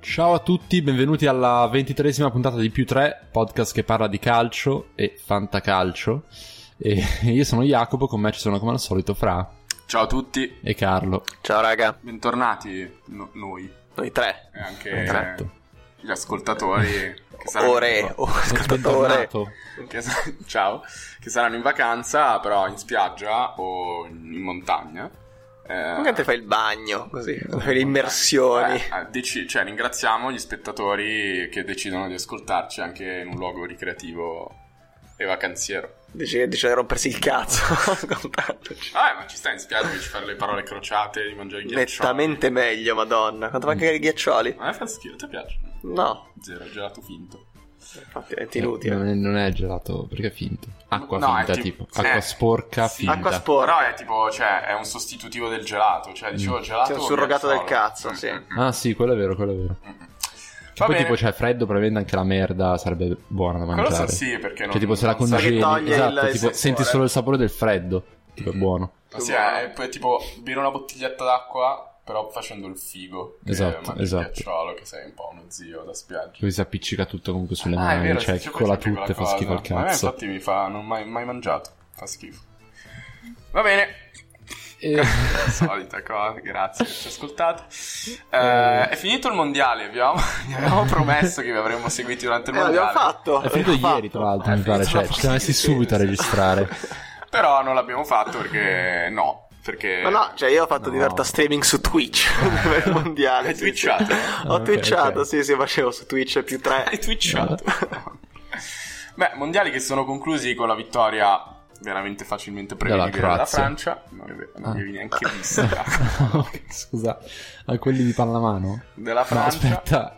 Ciao a tutti, benvenuti alla ventitresima puntata di Più 3, podcast che parla di calcio e fantacalcio. E io sono Jacopo, con me ci sono come al solito Fra Ciao a tutti, e Carlo. Ciao raga, bentornati no- noi noi tre. e anche Esatto. gli ascoltatori che saranno, Ore, oh, ascoltatore. Bentornato. che sa- ciao, che saranno in vacanza però in spiaggia o in montagna. Eh, Come te fai il bagno, così, fai le immersioni. Eh, eh, deci- cioè, ringraziamo gli spettatori che decidono di ascoltarci anche in un luogo ricreativo e vacanziero. Dici che decide di rompersi il cazzo ascoltandoci. Ah, eh, ma ci stai in spiaggia invece di fare le parole crociate, di mangiare i ghiaccioli. Nettamente meglio, madonna. Quanto manca che i ghiaccioli? Ma a me Eh, fa schifo, ti piace? No, Zero, gelato finto. infatti è Eh, Non inutile. è, non è gelato, perché è finto. Acqua No, finta, è ti- tipo. sì. Acqua sporca Sì. finta. Acqua Però sporca. è tipo, cioè, è un sostitutivo del gelato, cioè dicevo gelato... Sì, è Mm. un surrogato ghiacciolo. del cazzo, sì. Mm, mm, ah sì, quello è vero, quello è vero. mm, mm. Cioè, Va poi bene. tipo c'è freddo, probabilmente anche la merda sarebbe buona da Quello mangiare. so, sì, perché non... Cioè tipo se la non sa- congeli, Perché toglie il- esatto, il tipo sapore. senti solo il sapore del freddo, tipo è buono. Sì, è, poi tipo bere una bottiglietta d'acqua, però facendo il figo. che Esatto, mangi il esatto. ghiacciolo, che sei un po' uno zio da spiaggia. Lui si appiccica tutto comunque sulle Ah, è mani, vero, cioè sì, c'è cola sempre quella tutto e fa cosa. schifo al Ma a me cazzo. infatti mi fa... non ho mai, mai mangiato, fa schifo. Va bene. E- La solita cosa, grazie che ci ascoltate. Eh, è finito il mondiale, vi avevamo, vi avevamo promesso che vi avremmo seguiti durante il Eh, l'abbiamo mondiale. fatto. È finito l'abbiamo ieri, fatto. Eh, tra l'altro, È mi pare. finito Cioè, la ci siamo messi partita, subito a sì. registrare. Però non l'abbiamo fatto perché no, perché Ma no, cioè io ho fatto No. diverta streaming su Twitch per il mondiale. Hai sì, sì. twitchato? Ah, Ho ok, twitchato, ok. sì, sì, facevo su Twitch più tre. hai twitchato. Beh, mondiali che sono conclusi con la vittoria veramente facilmente prevedibile Della della, Croazia. Francia. Non è vero, non Ah. li avevi neanche visti. Jacopo. Ok, Scusa, a quelli di Pallamano? Della No, Francia. aspetta.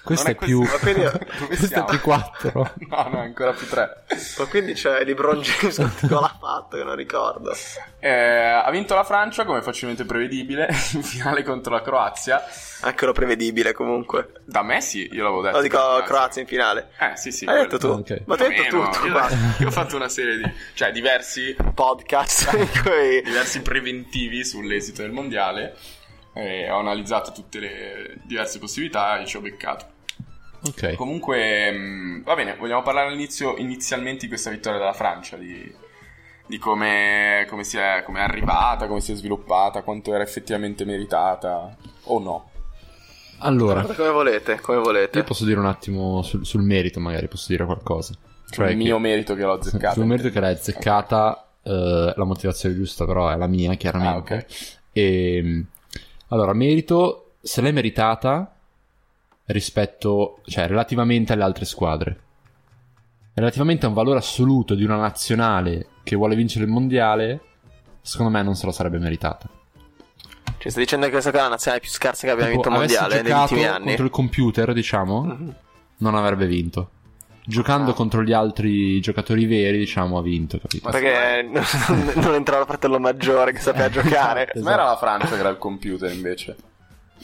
Questo è, Non più. questo, va bene. Dove Questo è siamo? più 4. No, no, è ancora più 3. Ma quindi c'è LeBron James che cosa l'ha fatto, che non ricordo. Eh, ha vinto la Francia come facilmente prevedibile in finale contro la Croazia. Anche lo prevedibile comunque. Da me sì, io l'avevo detto. Lo dico Croazia. Croazia in finale. Eh, sì, sì. quello. Hai detto tu. Ah, ok. Ma tu hai detto Più o meno. tutto. Io, guarda. io ho fatto una serie di... Cioè, diversi, podcast in cui diversi preventivi sull'esito del mondiale. Eh, ho analizzato tutte le diverse possibilità e ci ho beccato. Ok. Comunque, mh, va bene, vogliamo parlare all'inizio, inizialmente di questa vittoria della Francia, di, di come, come si è, come è arrivata, come si è sviluppata, quanto era effettivamente meritata o no. Allora, come volete, come volete. io posso dire un attimo sul, sul merito, magari posso dire qualcosa. Cioè, Sul che- mio merito che l'ho azzeccata. Sul merito che l'hai azzeccata, eh, la motivazione giusta però è la mia, chiaramente. Ah, ok. E, allora, merito, se l'è meritata rispetto, cioè relativamente alle altre squadre. Relativamente a un valore assoluto di una nazionale che vuole vincere il mondiale, secondo me non se la sarebbe meritata. Ci Cioè, stai dicendo che questa qua è la nazionale più scarsa che abbiamo Tipo, vinto avesse mondiale negli giocato ultimi anni? contro il computer, diciamo, Mhm. non avrebbe vinto. Giocando Ah. contro gli altri giocatori veri, diciamo, ha vinto, capito? Ma Perché non non entrava il fratello maggiore che sapeva giocare. Esatto. Ma era la Francia che era il computer invece.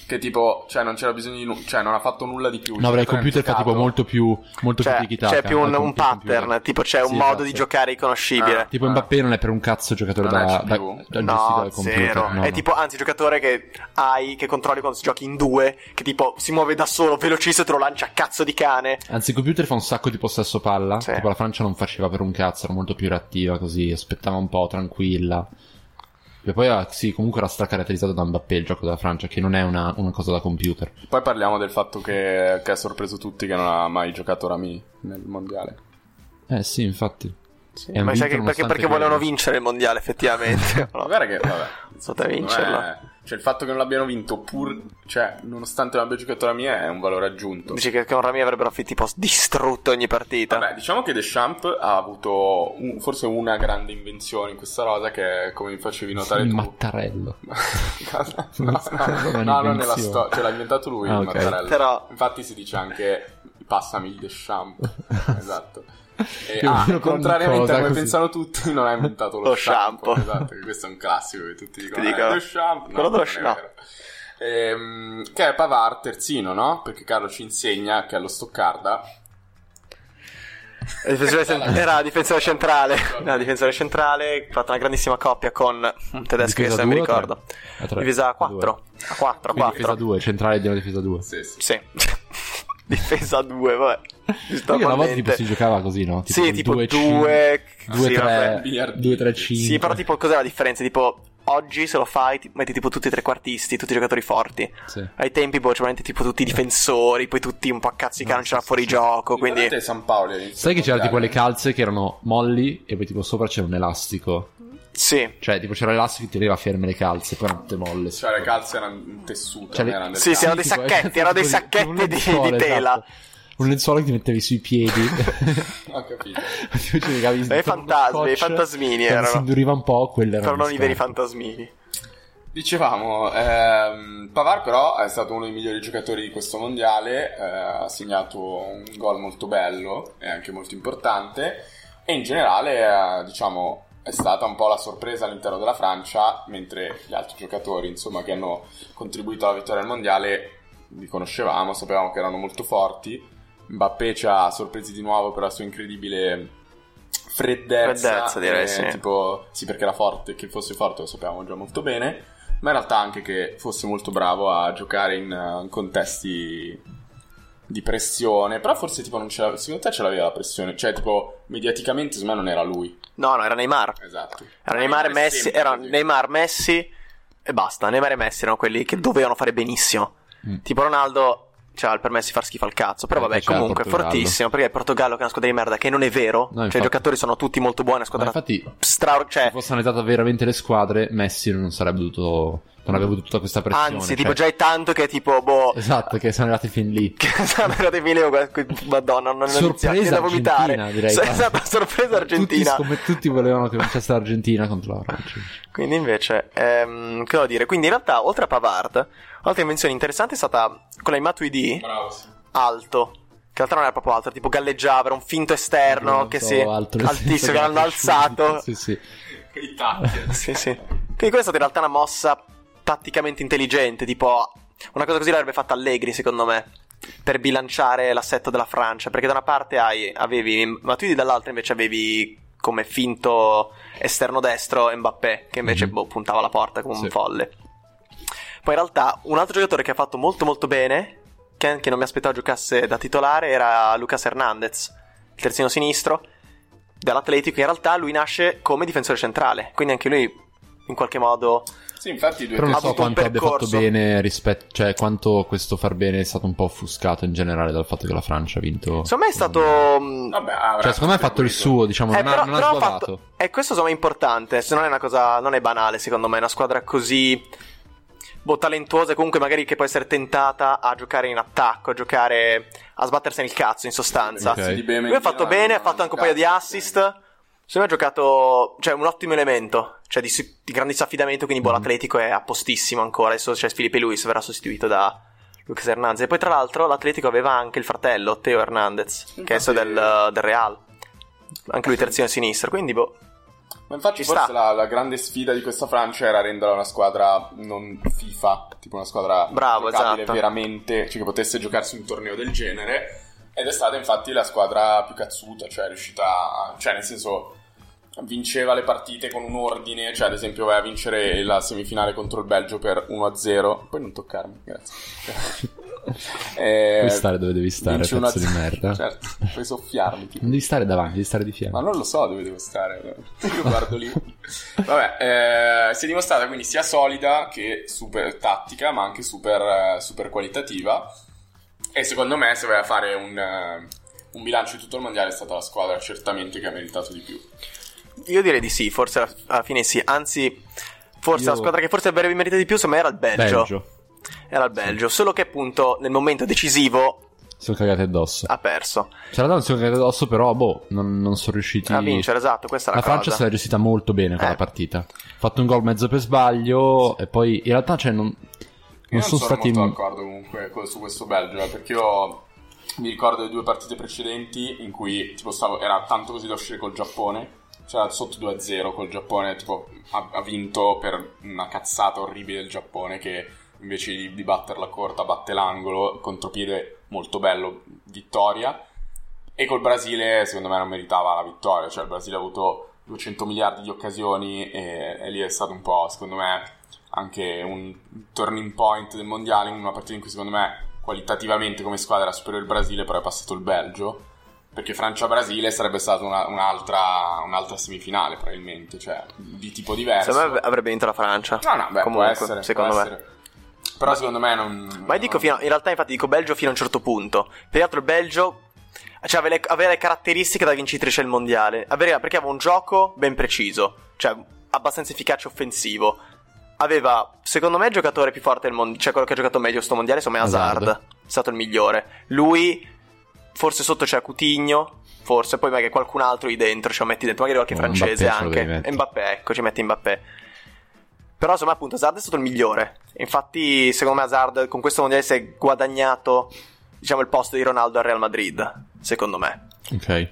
Che tipo, cioè non c'era bisogno di nu- cioè non ha fatto nulla di più. No, perché il Cioè, computer fa giocato- tipo molto più molto Cioè, più tiki-taka, c'è più un, al un eh, computer. pattern, tipo c'è un Sì, modo esatto. di giocare riconoscibile. Tipo Ah. Mbappé non è per un cazzo giocatore Non è da, da, da CPU? gestire No, dal computer. zero. no, è no. tipo, anzi, giocatore che hai, che controlli quando si giochi in due, che tipo si muove da solo, velocissimo, te lo lancia a cazzo di cane. Anzi, il computer fa un sacco di possesso palla. Sì. Tipo la Francia non faceva per un cazzo, era molto più reattiva così, aspettava un po', tranquilla. E poi, ah, sì, comunque era stracaratterizzato da Mbappé il gioco della Francia, che non è una, una cosa da computer. Poi parliamo del fatto che, che ha sorpreso tutti che non ha mai giocato Rami nel mondiale. Eh sì, infatti. È un Ma sai vinto che perché, nonostante perché che- volevano vincere il mondiale, effettivamente. Ma guarda che vabbè. Sotto secondo a vincerlo. me- Cioè, il fatto che non l'abbiano vinto, pur. Cioè, nonostante non abbia giocato la mia, è un valore aggiunto. Dici che con Rami avrebbero fi- tipo distrutto ogni partita. Vabbè, diciamo che Deschamps ha avuto un- forse una grande invenzione in questa rosa che è come mi facevi notare il tu. mattarello. no, no, no, no, non nella storia, ce cioè, l'ha inventato lui Ah, il ok. mattarello. Però- Infatti si dice anche passami il Deschamps. esatto. E, Più o ah, meno qualunque contrariamente cosa a come così. pensano tutti, non ha inventato lo, Lo shampoo. shampoo. Esatto, che questo è un classico che tutti dicono. Ti dico, eh, lo shampoo. quello dello non è shampoo. vero. Ehm, che è Pavar terzino, no? Perché Carlo ci insegna che è lo Stoccarda Era difensore cent- Era difensore centrale. Era difensore centrale. Ha fatto una grandissima coppia con un tedesco che Difesa se non mi due o tre? ricordo. A tre. Difesa a A 4. A 4, a Quindi 4. difesa 2, centrale di una difesa 2. Sì, sì. Sì. difesa 2, vabbè. Perché una volta Giustamente. tipo si giocava così, no? sì, tipo due, 2, cinque- 2, Ah, due, tre, vabbè. due, tre, cinque. Sì, però tipo cos'è la differenza? Tipo oggi se lo fai ti metti tipo tutti i trequartisti, tutti i giocatori forti. Sì. Ai tempi boh, c'erano tipo tutti i difensori, poi tutti un po' a cazzi che non c'era fuori gioco, Ecco, quindi Ricordate San Paolo all'inizio Sai che del c'erano tipo le mondiale? calze che erano molli e poi tipo sopra c'era un elastico. sì. Cioè, tipo c'era l'elastico che teneva ferme le calze, poi erano tutte molle. Cioè, le calze erano un tessuto. Cioè, non le- erano del Sì, calcio. sì, erano dei sacchetti, erano dei un sacchetti di, lenzuolo, di tela. esatto. Un lenzuolo che ti mettevi sui piedi. Ho capito. Tipo, ci legavi Dei intorno uno fantasmi, scotch, dei fantasmini quando erano. Si induriva un po', quello era. Però non i veri fantasmini. Dicevamo, ehm, Pavar però è stato uno dei migliori giocatori di questo mondiale, eh, ha segnato un gol molto bello e anche molto importante e in generale eh, diciamo è stata un po' la sorpresa all'interno della Francia, mentre gli altri giocatori insomma che hanno contribuito alla vittoria del mondiale li conoscevamo, sapevamo che erano molto forti. Mbappé ci ha sorpresi di nuovo per la sua incredibile freddezza. Freddezza, direi, eh, sì. Tipo, sì, perché era forte, che fosse forte lo sapevamo già molto bene, ma in realtà anche che fosse molto bravo a giocare in, eh, in contesti di pressione. Però forse tipo non ce l'aveva, secondo te ce l'aveva la pressione? Cioè, tipo, mediaticamente secondo me non era lui. No, no, era Neymar. Esatto. Ah, Era Neymar, e è Messi, sempre era così. Neymar, Messi e basta. Neymar e Messi erano quelli che dovevano fare benissimo. Mm. Eh, Tipo Ronaldo c'ha il permesso di far schifo al cazzo, però Perché vabbè, c'è la comunque è Portogallo. fortissimo, perché il Portogallo che è una squadra di merda, che non è certo, vero, No, cioè infatti. i giocatori sono tutti molto buoni, una Ma squadra infatti, stra- se cioè, fossero analizzate veramente le squadre, Messi non sarebbe dovuto. Non avrebbe avuto tutta questa pressione. anzi, cioè- tipo già è tanto che tipo boh Esatto, che sono arrivati fin lì. che sono arrivati in Milano, guarda, que- Madonna, non non Sorpresa iniziare, viene da vomitare. argentina, direi, Sì, quasi. Esatto, sorpresa Tutti, argentina. come tutti volevano che vincesse l'Argentina contro la cioè. Francia. Quindi invece, ehm, che devo dire? Quindi in realtà, oltre a Pavard, un'altra invenzione interessante è stata quella di Matuidi Bravo, sì. alto. Che in realtà non era proprio alto, era tipo galleggiava, era un finto esterno Non che so, si altro, nel senso altissimo, che l'hanno cresciuto. alzato. Sì, sì. I tacchi. sì, sì. Quindi questa è stata in realtà una mossa tatticamente intelligente, tipo una cosa così l'avrebbe fatta Allegri, secondo me, per bilanciare l'assetto della Francia, perché da una parte hai, avevi Matuidi, dall'altra invece avevi come finto esterno destro Mbappé, che invece Mhm. boh, puntava la porta come un Sì. folle. Poi in realtà un altro giocatore che ha fatto molto molto bene, che, che non mi aspettavo giocasse da titolare, era Lucas Hernandez, il terzino sinistro dell'Atletico. In realtà lui nasce come difensore centrale, quindi anche lui in qualche modo... Sì, infatti i due Però non Ha testi- so avuto un quanto abbia fatto percorso. bene rispetto, cioè quanto questo far bene è stato un po' offuscato in generale dal fatto che la Francia ha vinto. Secondo me è stato... mm, mh, Vabbè, avrà Cioè, secondo me ha fatto il contribuito. suo, diciamo, eh, non, ha, non ha però ha sbavato. fatto- E questo insomma è importante, se non è una cosa... non è banale secondo me, una squadra così... Boh, talentuosa e comunque magari che può essere tentata a giocare in attacco, a giocare... a sbattersi nel cazzo in sostanza. Ok. Sì, di Bemendi Lui ha fatto non- bene, ha non fatto anche un giocato, paio di assist. Secondo me ha giocato, cioè, un ottimo elemento, cioè di, si- di grandissimo affidamento. Quindi, buon Mhm. l'Atletico è a postissimo ancora. Adesso c'è Filipe Luis, verrà sostituito da Lucas Hernandez. E poi, tra l'altro, l'Atletico aveva anche il fratello Teo Hernandez, che è adesso è del, del Real, anche lui terzino sinistro. Quindi, boh, Ma infatti Ci forse sta. la, la grande sfida di questa Francia era renderla una squadra non FIFA, tipo una squadra Bravo, giocabile esatto. veramente, cioè che potesse giocarsi un torneo del genere. Ed è stata infatti la squadra più cazzuta, cioè è riuscita, a- cioè nel senso vinceva le partite con un ordine, cioè ad esempio vai a vincere la semifinale contro il Belgio per 1-0, poi non toccarmi, grazie. Eh, Puoi stare dove devi stare, vinci pezzo 1-0, di merda. Certo, puoi soffiarmi. tipo. Non devi stare davanti, devi stare di fianco. Ma non lo so dove devo stare. Io guardo lì. Vabbè, eh, si è dimostrata quindi sia solida che super tattica, ma anche super, eh, super qualitativa. E secondo me, se vai a fare un, eh, un bilancio di tutto il mondiale, è stata la squadra certamente che ha meritato di più. io direi di sì. Forse alla- alla fine sì. Anzi, forse Io- la squadra che forse avrebbe meritato di più, secondo me, era il Belgio. Era il Belgio. Solo che, appunto, nel momento decisivo Sono cagati addosso. ha perso C'è la non sono cagati addosso, però, boh, non, non sono riusciti a vincere. Esatto, questa è La la, Francia cosa. si è gestita molto bene con Eh. la partita. Ha fatto un gol mezzo per sbaglio, e poi in realtà, cioè, non, Io non non sono, sono stati. molto d'accordo comunque co- su questo Belgio, eh, perché io mi ricordo le due partite precedenti in cui tipo, stavo- era tanto così da uscire col Giappone, c'era sotto 2-0 col Giappone, tipo, ha, ha vinto per una cazzata orribile il Giappone che invece di, di batterla corta batte l'angolo, contropiede molto bello, vittoria. E col Brasile, secondo me, non meritava la vittoria. Cioè, il Brasile ha avuto 200 miliardi di occasioni e, e lì è stato un po', secondo me, anche un turning point del mondiale. In una partita in cui, secondo me, qualitativamente come squadra era superiore il Brasile, però è passato il Belgio. Perché Francia-Brasile sarebbe stata una- un'altra, un'altra semifinale, probabilmente, cioè di tipo diverso. Secondo me avrebbe vinto la Francia. No, no, beh, Comunque, può essere. secondo può me. essere. Però secondo me non... Ma io dico fino a- in realtà, infatti, dico Belgio fino a un certo punto. Più che altro il Belgio. Cioè, aveva le, aveva le caratteristiche da vincitrice del mondiale. Aveva- perché aveva un gioco ben preciso. Cioè, abbastanza efficace e offensivo. Aveva, secondo me, il giocatore più forte del mondiale. Cioè, quello che ha giocato meglio sto mondiale, insomma, è Hazard. Hazard. È stato il migliore. Lui, forse sotto c'è Coutinho. Forse poi magari qualcun altro lì dentro, ci metti dentro, magari qualche Oh, francese Mbappé ce lo devi anche. E mettere. Mbappé, ecco, ci metti Mbappé. Però insomma appunto Hazard è stato il migliore. Infatti secondo me Hazard con questo mondiale si è guadagnato diciamo il posto di Ronaldo al Real Madrid, secondo me. Ok.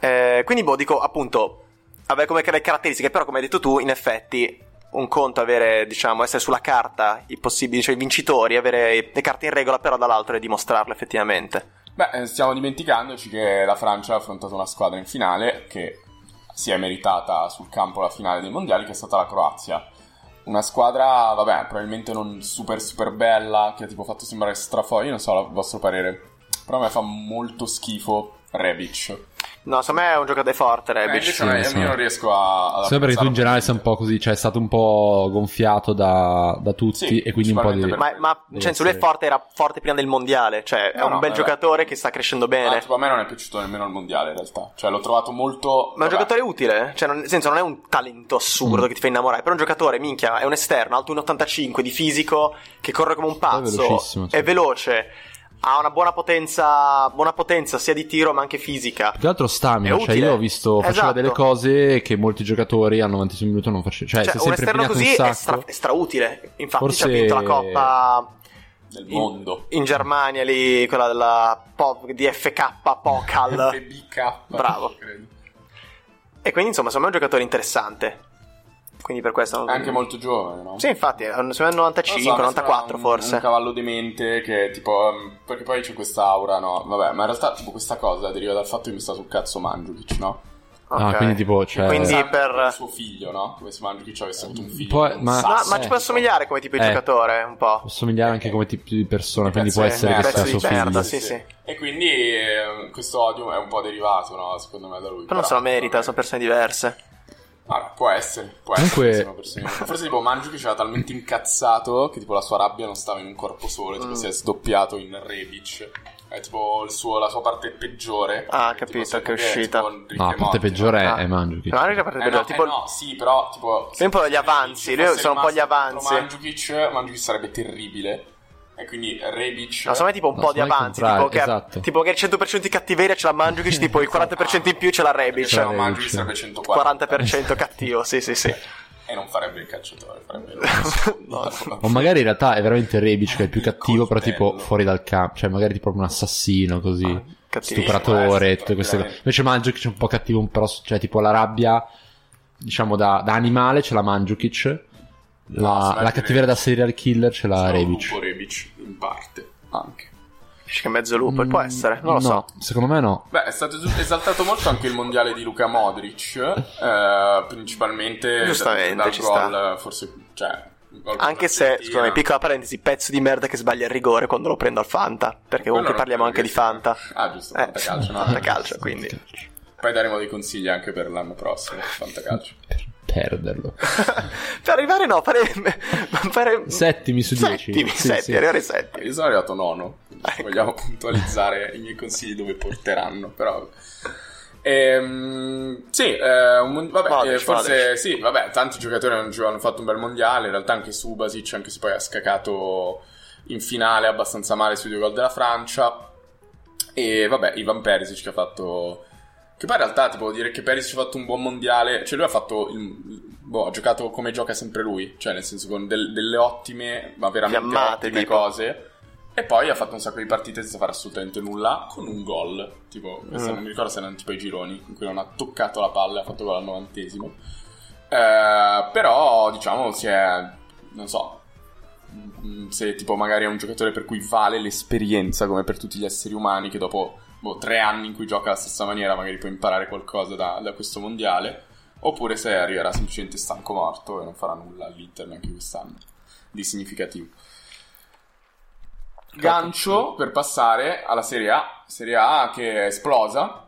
Eh, quindi boh, dico appunto, vabbè come che le caratteristiche, però come hai detto tu, in effetti un conto avere, diciamo, essere sulla carta i possibili, cioè i vincitori, avere le carte in regola, però dall'altro è dimostrarlo effettivamente. Beh, eh, stiamo dimenticandoci che la Francia ha affrontato una squadra in finale che si è meritata sul campo la finale dei mondiali, che è stata la Croazia. Una squadra, vabbè, probabilmente non super super bella, che ha tipo fatto sembrare strafoglia, io non so il vostro parere. Però a me fa molto schifo Rebic. No, secondo me è un giocatore forte, Eh, Rebic. invece sì, non- sì. io non riesco a... ad Sì, perché tu apprezzarlo in generale sei un po' veramente. così, cioè è stato un po' gonfiato da, da tutti Sì, e quindi un po' di... principalmente Ma, ma nel senso, lui è forte, era forte prima del mondiale, cioè è No, un no, bel vabbè. giocatore che sta crescendo Ah, bene. tipo, a me non è piaciuto nemmeno il mondiale in realtà. Cioè, l'ho trovato molto. Ma è un vabbè. giocatore utile, cioè non, nel senso non è un talento assurdo Mm. che ti fa innamorare, però è un giocatore, minchia, è un esterno, alto 1,85 di fisico, che corre come un pazzo, velocissimo, sì. è veloce, ha una buona potenza, buona potenza sia di tiro ma anche fisica. Più che altro stamina, È cioè utile. io ho visto, faceva Esatto. delle cose che molti giocatori al 90 minuto non facevano, cioè, Cioè, si è un sempre esterno impegnato così un sacco. è, stra- è strautile, infatti ci ha Forse- Mm. vinto la coppa Del in- mondo. in Germania lì, quella della po- di FK Pokal. FBK. Bravo. credo. E quindi, insomma, secondo me è un giocatore interessante. Quindi per questo non... È Anche molto giovane, no? Sì, infatti, è un- secondo me è Non 95, so, mi sembra 94 un- forse. Un cavallo demente che tipo. ehm, Perché poi c'è questa aura, no? Vabbè, ma in realtà, tipo, questa cosa deriva dal fatto che mi sta sul cazzo Mandzukic, no? Ah, Ok. quindi tipo, Che cioè... Quindi- pensa per- anche Suo figlio, no? Come se Mandzukic avesse avuto un figlio. Poi- un ma- No, sasso. ma ci può assomigliare come tipo di Eh. giocatore, un po'. Può somigliare anche come tipo di persona, quindi Pezzo può di essere che merda, sia pezzo suo di Eh, merda, figlio. sì, sì. E quindi eh, questo odio è un po' derivato, no? Secondo me da lui. Però non se lo merita, sono persone diverse. Allora, può essere, può essere. Comunque- che siano persone- Forse tipo Mangiu che c'era talmente incazzato che tipo la sua rabbia non stava in un corpo solo, tipo Mm. si è sdoppiato in Rebic. È tipo il suo- la sua parte peggiore. Ah, Perché, capito, tipo, che è sempre uscita. tipo Enrique No, la parte Motti, peggiore è- Ah. è Mandzukic. Ma non è che parte Eh peggiore, no, tipo- eh no, sì, però tipo... Sì, un po' gli avanzi, lui fosse sono un po' gli rimasto avanzi. contro Mandzukic, Mandzukic sarebbe terribile. E quindi Rebic... No, secondo me tipo un No, po' di secondo me è il avanzi, tipo contrario, che, esatto. tipo che il 100% di cattiveria ce l'ha Mandzukic, tipo il 40% in più ce cioè l'ha Perché Rebic. se Eh, no Rebic. Mandzukic sarebbe 140. 40% cattivo, sì, sì, sì. E non farebbe il calciatore, farebbe... No. O magari in realtà è veramente Rebic che è il più Il cattivo, però tipo coltello. fuori dal campo, cioè magari tipo proprio un assassino così. Cattivo. stupratore, sì, tutte queste cose. veramente. Invece Mandzukic è un po' cattivo, però cioè tipo la rabbia, diciamo da, da animale ce l'ha Mandzukic, No, se la, la la Rebic. cattiveria da serial killer ce l'ha Sono Rebic. lupo Rebic, in parte, anche. Dici che è mezzo lupo, può Mm, essere, non no, lo so. Secondo me no. Beh, è stato es- esaltato molto anche il mondiale di Luca Modric, eh, principalmente da- Giustamente, dal ci gol, forse, cioè, il gol contro Anche se, l'Argentina. scusami, piccola parentesi, pezzo di merda che sbaglia il rigore quando lo prendo al Fanta, perché Quello comunque non parliamo anche credo di che sia- Fanta. Ah, giusto, Eh, Fantacalcio, no? Fantacalcio, quindi. Poi daremo dei consigli anche per l'anno prossimo, Fantacalcio. Per perderlo. per arrivare no, fare... fare... Settimi su dieci. Settimi, Sì, settimi, sì. arrivare settimi. Io sono arrivato nono, quindi Ecco. vogliamo puntualizzare i miei consigli dove porteranno, però... Ehm, sì, eh, un mon- vabbè, Modric, eh, forse Modric. sì, vabbè, tanti giocatori hanno, hanno fatto un bel mondiale, in realtà anche Subasic, anche se poi ha scacato in finale abbastanza male sui due gol della Francia. E vabbè, Ivan Perisic che ha fatto... Che poi in realtà tipo dire che Perisic ha fatto un buon mondiale, cioè lui ha fatto... il- boh, ha giocato come gioca sempre lui, cioè nel senso con del- delle ottime, ma veramente Fiammate, ottime tipo. cose. E poi ha fatto un sacco di partite senza fare assolutamente nulla, con un gol. Tipo, questa Mm. non mi ricordo se erano tipo i gironi, in cui non ha toccato la palla e ha fatto gol al novantesimo. Eh, però, diciamo, si è... non so... mm, Se tipo magari è un giocatore per cui vale l'esperienza come per tutti gli esseri umani che dopo boh, tre anni in cui gioca alla stessa maniera, magari puoi imparare qualcosa da, da questo mondiale. Oppure se arriverà semplicemente stanco morto e non farà nulla all'Inter neanche quest'anno di significativo. Gancio per passare alla Serie A, Serie A che è esplosa.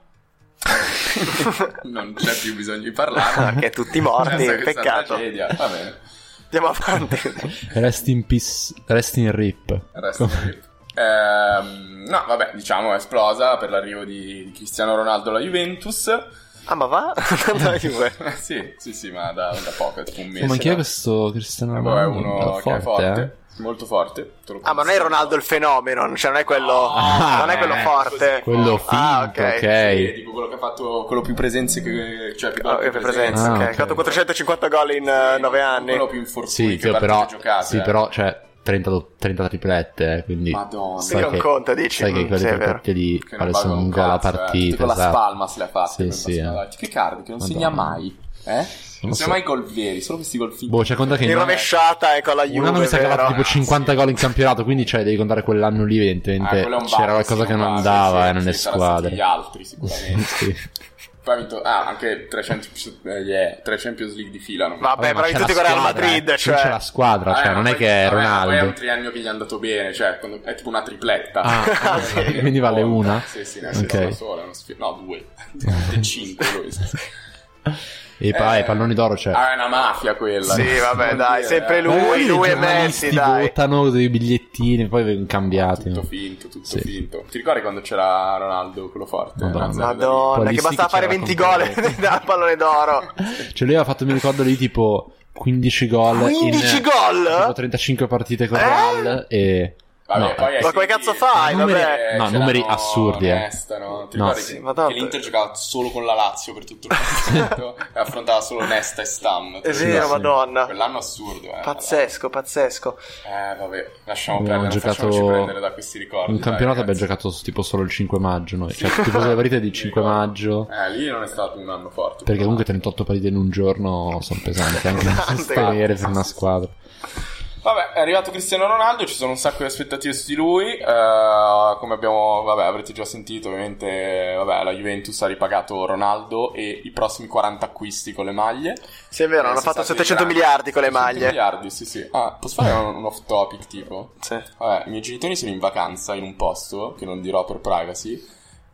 non c'è più bisogno di parlare. Ah, che tutti morti, Pensa che sta peccato. tragedia. Va bene. Andiamo avanti. Rest in peace, rest in rip. Il resto è lì. Ehm, no, vabbè, diciamo è esplosa per l'arrivo di, di Cristiano Ronaldo alla Juventus. ah, ma va? Dai, Juve. Eh, sì, sì, sì, ma da, da poco, è tipo un mese. Come chi è no? questo Cristiano Eh, boh, è Ronaldo? eh? uno che è forte, molto forte. te lo Ah, ma non è consiglio. Ronaldo il fenomeno, cioè non è quello, Ah, non è quello eh, forte. Quello finto, Ah, ok. ok. Sì, dico quello che ha fatto quello più presenze che cioè più Ah, che più Ah, presenza, ok. ok. Ha fatto 450 gol in 9 Quello anni. più infortuni Sì, che zio, partite però, giocate, sì, eh. però, cioè, 30, do- 30 triplette, eh, quindi... Madonna. sai Quindi non che- conta, dici? Sai che Mm, quelle sì, è vero. triplette lì Che non pare sono valgono un gol a cazzo, eh. partita, Tipo la esatto. spalma se l'ha fatta. Sì, sì, eh. Che Cardi che non segna Madonna. mai, eh? Non Non segna so. mai gol veri, solo questi gol finti. Boh, cioè, conta che In in un rovesciata e con la Juve, anno mi sa che ha vero? fatto tipo 50 gol in campionato, quindi, cioè, devi contare quell'anno lì, evidentemente, Ah, quello è un c'era bug, qualcosa sì, che un non bug, andava, sì, eh, nelle sì, sarà stato squadre. Gli altri, sicuramente. Sì. Poi ha vinto, ah, anche 300, eh, yeah, tre Champions League di fila. Non Poi Vabbè, non bravi c'è tutti la con Real squadra, Madrid, eh. Non c'è la cioè. squadra, Ah, cioè, eh, non è poi- che è vabbè, Poi è un Ronaldo. triennio che gli è andato bene, cioè quando- è tipo una tripletta. Ah, Sì. Boh, quindi vale una? Sì, sì, ne ha senso Ok. una sola, uno sfi- no, due. Tutte e cinque lui. E poi Eh, i palloni d'oro, cioè. Ah, è una mafia quella. Sì, vabbè, Non dai, dire, sempre eh. Ma lui, i lui e giornalisti Messi, dai. votano dei bigliettini, poi vengono cambiati. Tutto no? finto, tutto Sì. finto. Ti ricordi quando c'era Ronaldo, quello forte? Madonna. Razzardo? Madonna, Poi che visti bastava chi fare c'era 20 gol contro- e dal pallone d'oro. Cioè, lui ha fatto, mi ricordo, lì tipo 15 gol. in, 15 eh, gol? Tipo 35 partite con Eh? Real. E. Vabbè, no, poi eh, ai Ma come tempi- cazzo fai? Numeri- Vabbè. no, c'erano numeri assurdi, eh. Nesta, no? Ti No, ricordi sì, che- ma tanto- che l'Inter giocava solo con la Lazio per tutto il campionato e affrontava solo Nesta e Stam. È Sì, vero, sì. Eh madonna. Quell'anno assurdo, eh. Pazzesco, pazzesco. Eh, vabbè, lasciamo abbiamo perdere, non facciamoci prendere da questi ricordi. Un dai, campionato abbiamo ragazzi. giocato s- tipo solo il 5 maggio. Noi. Cioè, tipo le partite di 5 maggio. Eh, lì non è stato un anno forte. Perché però. comunque 38 partite in un giorno sono pesanti. Anche Pesante. sostenere per una squadra. Vabbè, è arrivato Cristiano Ronaldo, ci sono un sacco di aspettative su di lui. eh, come abbiamo, vabbè, avrete già sentito, ovviamente, vabbè, la Juventus ha ripagato Ronaldo e i prossimi 40 acquisti con le maglie. Sì, è vero, Eh, hanno si sa fatto che 700 grandi- miliardi con le 700 maglie. miliardi, sì, sì. Ah, posso Eh. fare un, un off topic tipo? Sì. Vabbè, i miei genitori sono in vacanza in un posto, che non dirò per privacy,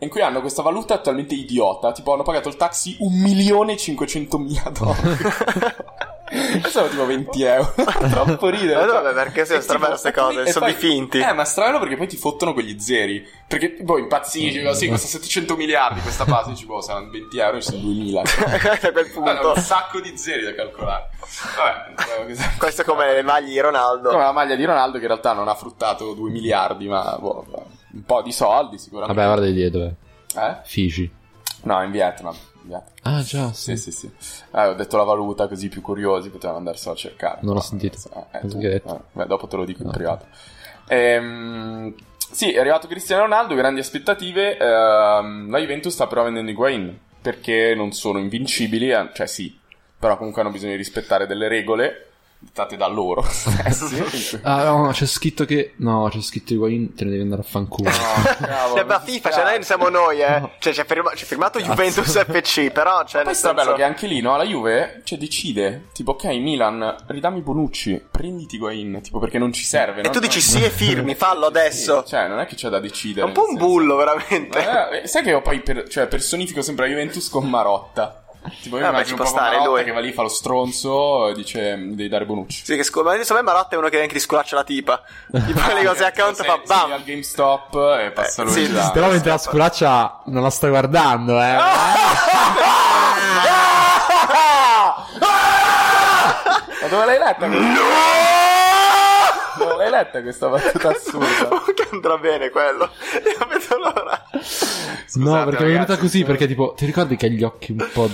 in cui hanno questa valuta talmente idiota, tipo hanno pagato il taxi 1.500.000 dollari. E sono tipo 20 euro, troppo ridere. cioè. Eh, vabbè, perché sono E strane tipo, queste e poi- cose, e sono poi- dei finti. Eh, ma strano perché poi ti fottono quegli zeri. Perché poi impazzisci, dico, sì, costa 700 miliardi questa base, dici, boh, saranno 20 euro, ci sono 2.000. a quel Guarda, punto. un sacco di zeri da calcolare. Vabbè, questo Questo è come le maglie di Ronaldo. come la maglia di Ronaldo che in realtà non ha fruttato 2 miliardi, ma boh, un po' di soldi sicuramente. Vabbè, guarda di dietro. eh. Eh? Fiji. No, in Vietnam. in Vietnam. Ah, già. Sì, Sì. sì, sì. Eh, ho detto la valuta così i più curiosi potevano andarselo a cercare. Non l'ho sentito. Eh, eh, Cosa tu- che hai detto? eh, beh, dopo te lo dico in No. privato. Ehm, sì, è arrivato Cristiano Ronaldo, grandi aspettative. Ehm, la Juventus sta però vendendo Higuain perché non sono invincibili, eh, cioè sì, però comunque hanno bisogno di rispettare delle regole dettate da loro Eh stessi. Ah, no, c'è scritto che. No, c'è scritto Higuain, te ne devi andare a fanculo. Cavolo, Sembra mi Cioè, FIFA, dispiace. cioè noi siamo noi, eh. Cioè, c'è, firma- c'è firmato Juventus FC, però, cioè, nel Questo è senso... bello che anche lì, no? La Juve cioè, decide, tipo, ok, Milan, ridami Bonucci, prenditi Guain, tipo, perché non ci serve. E tu dici sì e firmi, fallo adesso. Cioè, non è che c'è da È decidere. un po' un nel senso. bullo, veramente. Ma, eh, sai che io poi per- cioè, personifico sempre la Juventus con Marotta. Tipo, io Vabbè, ci immagino può proprio stare, Marotta lui. che va lì, fa lo stronzo e dice, "Mi devi dare Bonucci. Sì, che scu- ma adesso a me Marotta è uno che neanche ti sculaccia la tipa. Gli fa le cose account e fa Cioè, Sei- sei bam. al GameStop e passa Eh, lui sì, là. Però mentre la sculaccia non la sto guardando, eh. Ah, Ma dove l'hai letta? Dove l'hai letta questa battuta assurda? che andrà bene quello. Io vedo l'ora. Scusate, no, perché mi è venuta ragazzi, così, sono- perché tipo, ti ricordi che hai gli occhi un po' è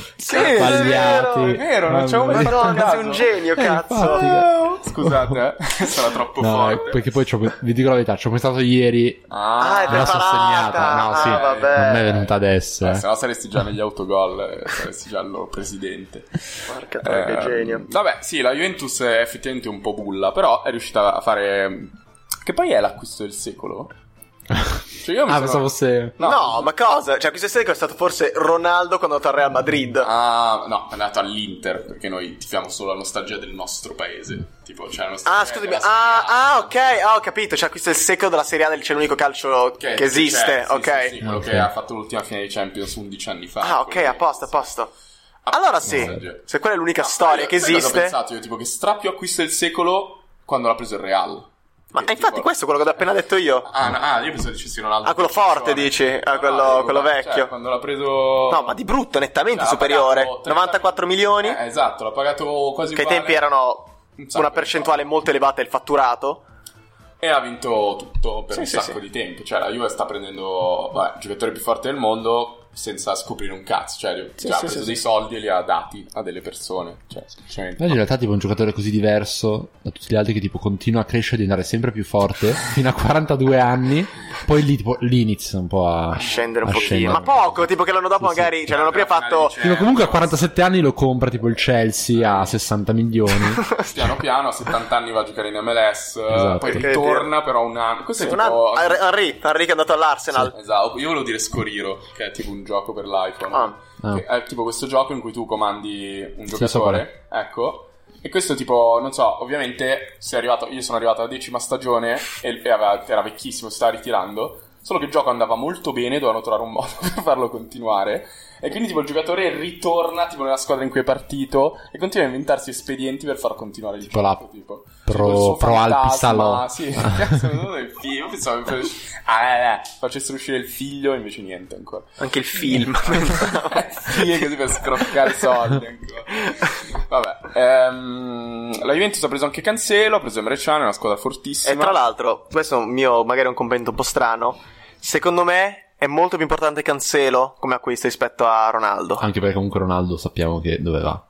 sbagliati? vero, è vero, non ci avevo mai Mamma mia. Madonna, sei un genio, Eh, cazzo. infatti. Ah, Scusate, eh, sarà troppo No, forte. eh, perché poi ci ho- vi dico la verità, ci ho pensato ieri, Ah, è me la sono preparata. segnata. No, Ah, sì, vabbè. non mi è venuta adesso, Eh, eh. se no saresti già negli autogol, eh, saresti già il loro presidente. Porca troia, che Eh, genio. Vabbè, sì, la Juventus è effettivamente un po' mm, bulla, però è riuscita a fare... Che poi è l'acquisto del secolo? Cioè, io mi Ah, sono- pensavo fosse... No. No, ma cosa? Cioè, questo storico è stato forse Ronaldo quando è andato al Real Madrid. Ah, no, è andato all'Inter perché noi tifiamo solo la nostalgia del nostro paese. Tipo, cioè, la nostalgia eh, Ah, scusami. della Ah, Serie A. ah, ok. Ah, ho capito. Cioè, questo è il secolo della Serie A del c'è l'unico calcio che, c'è, esiste. sì, ok. Sì, sì, quello Ok. che ha fatto l'ultima finale di Champions 11 anni fa. Ah, ok, quello a che- posto, a posto. Ah, Allora sì, nostalgia. se quella è l'unica Ah, storia io- che sai cosa Ho esiste. pensato io, tipo, che strappio acquisto del secolo quando l'ha preso il Real. Ma Che, infatti tipo- questo è quello che ho appena detto io. Ah, no, ah, io pensavo dicessi Ronaldo. Ah, quello forte, dici? Ah, No, quello- dico, quello cioè, vecchio. quando l'ha preso... No, ma di brutto, nettamente Cioè, l'ha superiore. pagato 30 94 milioni, Eh, esatto, l'ha pagato quasi che ai uguale. tempi erano Un sacco una di percentuale molto elevata del fatturato. E ha vinto tutto per Sì, un sì, sacco sì. di tempo. Cioè, la Juve sta prendendo vabbè, il giocatore più forte del mondo senza scoprire un cazzo. Cioè, Sì, cioè, ha sì, preso sì, dei sì. soldi e li ha dati a delle persone. Cioè, semplicemente. Però in realtà tipo un giocatore così diverso da tutti gli altri che tipo continua a crescere e diventare sempre più forte fino a 42 anni, poi lì tipo lì inizia un po' a, Ah, A scendere un a pochino. scendere. Ma poco, tipo che l'anno dopo Sì, sì. magari, cioè l'hanno prima Alla finale fatto... di Tipo, comunque a Champions. 47 anni lo compra tipo il Chelsea a 60 milioni. Piano piano, a 70 anni va a giocare in MLS, Esatto. eh, poi ritorna però un anno. Questo è un tipo... anno- Henry, Henry che è andato all'Arsenal. Esatto, io volevo dire Scoriro, che è tipo un gioco per l'iPhone. Ah. Ah. Che È tipo questo gioco in cui tu comandi un so qual è. giocatore, ecco. E questo tipo, non so, ovviamente sei arrivato, io sono arrivato alla decima stagione e, e aveva- era vecchissimo, si stava ritirando. Solo che il gioco andava molto bene, dovevano trovare un modo per farlo continuare. E quindi tipo il giocatore ritorna tipo nella squadra in cui è partito e continua a inventarsi espedienti per far continuare il Tipo la gioco. tipo. Pro- Tipo il suo Pro fantasma, Alpi Salò. Sì, cazzo, non è il figlio. Io pensavo che fosse- ah, eh, eh, facessero uscire il figlio, invece niente ancora. Anche il film. sì, è così per scroccare soldi ancora. Vabbè, ehm, la Juventus ha preso anche Cancelo, ha preso Emre Can, è una squadra fortissima. E tra l'altro, questo è un mio, magari un commento un po' strano. Secondo me è molto più importante Cancelo come acquisto rispetto a Ronaldo. Anche perché comunque Ronaldo sappiamo che dove va.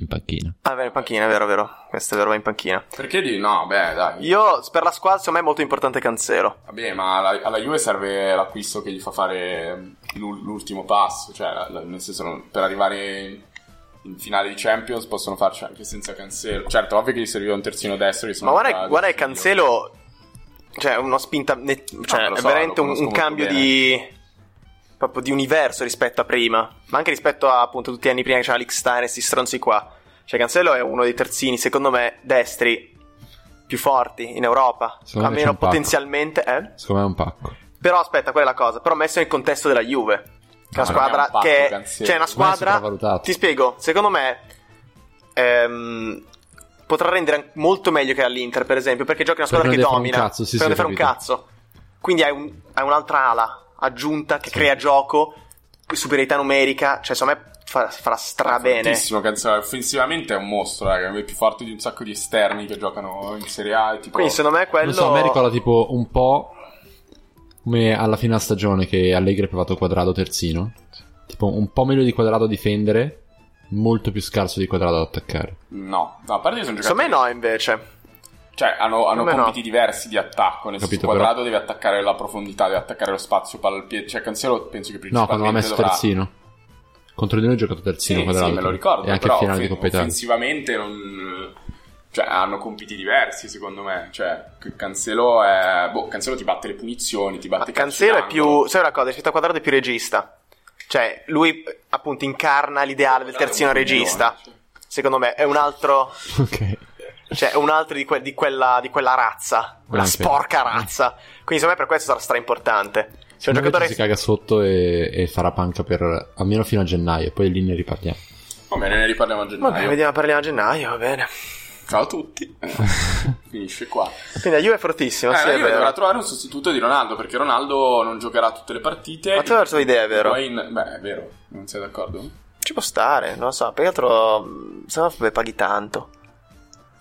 In panchina. Ah, è vero, in panchina, è vero, è vero. Questo è vero, va in panchina. Perché di no, beh, dai. Io, per la squadra, secondo me è molto importante Cancelo. Vabbè, ma alla, alla Juve serve l'acquisto che gli fa fare l'u- l'ultimo passo, cioè la- la- nel senso non- per arrivare in, in finale di Champions possono farci anche senza Cancelo. Certo, ovvio che gli serviva un terzino destro. gli sono Ma guarda, andati- guarda che Cancelo... Cioè, una spinta... ne- cioè, Ah, lo è so, veramente lo un, conosco un molto cambio bene. di... Proprio di universo rispetto a prima. Ma anche rispetto a, appunto, tutti gli anni prima che c'era Alex Stein e sti stronzi qua. Cioè, Cancelo è uno dei terzini, secondo me, destri più forti in Europa. Secondo me c'è almeno un pacco. potenzialmente... Eh? Secondo me è un pacco. Però aspetta, quella è la cosa. Però messo nel contesto della Juve. Che Ah, No, è una squadra non è un pacco, che. Cancelo. Cioè, Secondo me è una squadra. sopravvalutato. Ti spiego, secondo me. ehm, potrà rendere an- molto meglio che all'Inter, per esempio, perché gioca in una squadra Perché che non deve domina. fare un cazzo, sì, perché non sì, deve ho fare un cazzo. Quindi hai, un- hai un'altra ala aggiunta che Sì. crea gioco, superiorità numerica. Cioè, secondo me fa- farà strabene. Fortissimo Cancelo, offensivamente è un mostro, raga, è più forte di un sacco di esterni che giocano in Serie A, e tipo Quindi, secondo me, quello. Non so, a me ricorda tipo un po' come alla fine della stagione che Allegri ha provato quadrado terzino. Tipo un po' meglio di quadrado a difendere, molto più scarso di quadrado ad attaccare. no, no, a parte che sono Secondo giocatori me, no, invece. Cioè, hanno, hanno Come no? compiti diversi di attacco. Nel senso, Capito, quadrato deve attaccare la profondità, deve attaccare lo spazio, palla al piede. Cioè, Cancelo penso che No, principalmente quando l'ha messo dovrà... terzino. Contro di noi ha giocato Sì, terzino sì, quadrado. me lo ricordo. E anche però il finale di offen- Coppa Italia. offensivamente non... Cioè, hanno compiti diversi, secondo me. Cioè, che Cancelo è... Boh, Cancelo ti batte le punizioni, ti Ma batte i calci Cancelo è in angolo. più. Sai una cosa, rispetto a Quadrado è più regista. Cioè, lui appunto incarna l'ideale del terzino Quadrado è un cioè. regista. coglione, Secondo me è un altro. ok. Cioè, è un altro di, que- di quella, di quella razza. Quella Ah, ok. sporca razza. Quindi, secondo me, per questo sarà straimportante. C'è un Secondo me giocatore. ci si caga sotto e, e farà panca per almeno fino a gennaio, poi lì ne ripartiamo. cioè. Va bene, ne riparliamo a gennaio. Vabbè, vediamo, parliamo a gennaio, va bene. Ciao a tutti. Eh, Finisce qua. Quindi la Juve è fortissima, Eh, sì, la è Juve vero. dovrà trovare un sostituto di Ronaldo perché Ronaldo non giocherà tutte le partite. Ma tu hai perso l'idea, è vero? Poi in- Beh, è vero, non sei d'accordo? Ci può stare, non lo so. Perché altro. mh, Se no, beh, paghi tanto.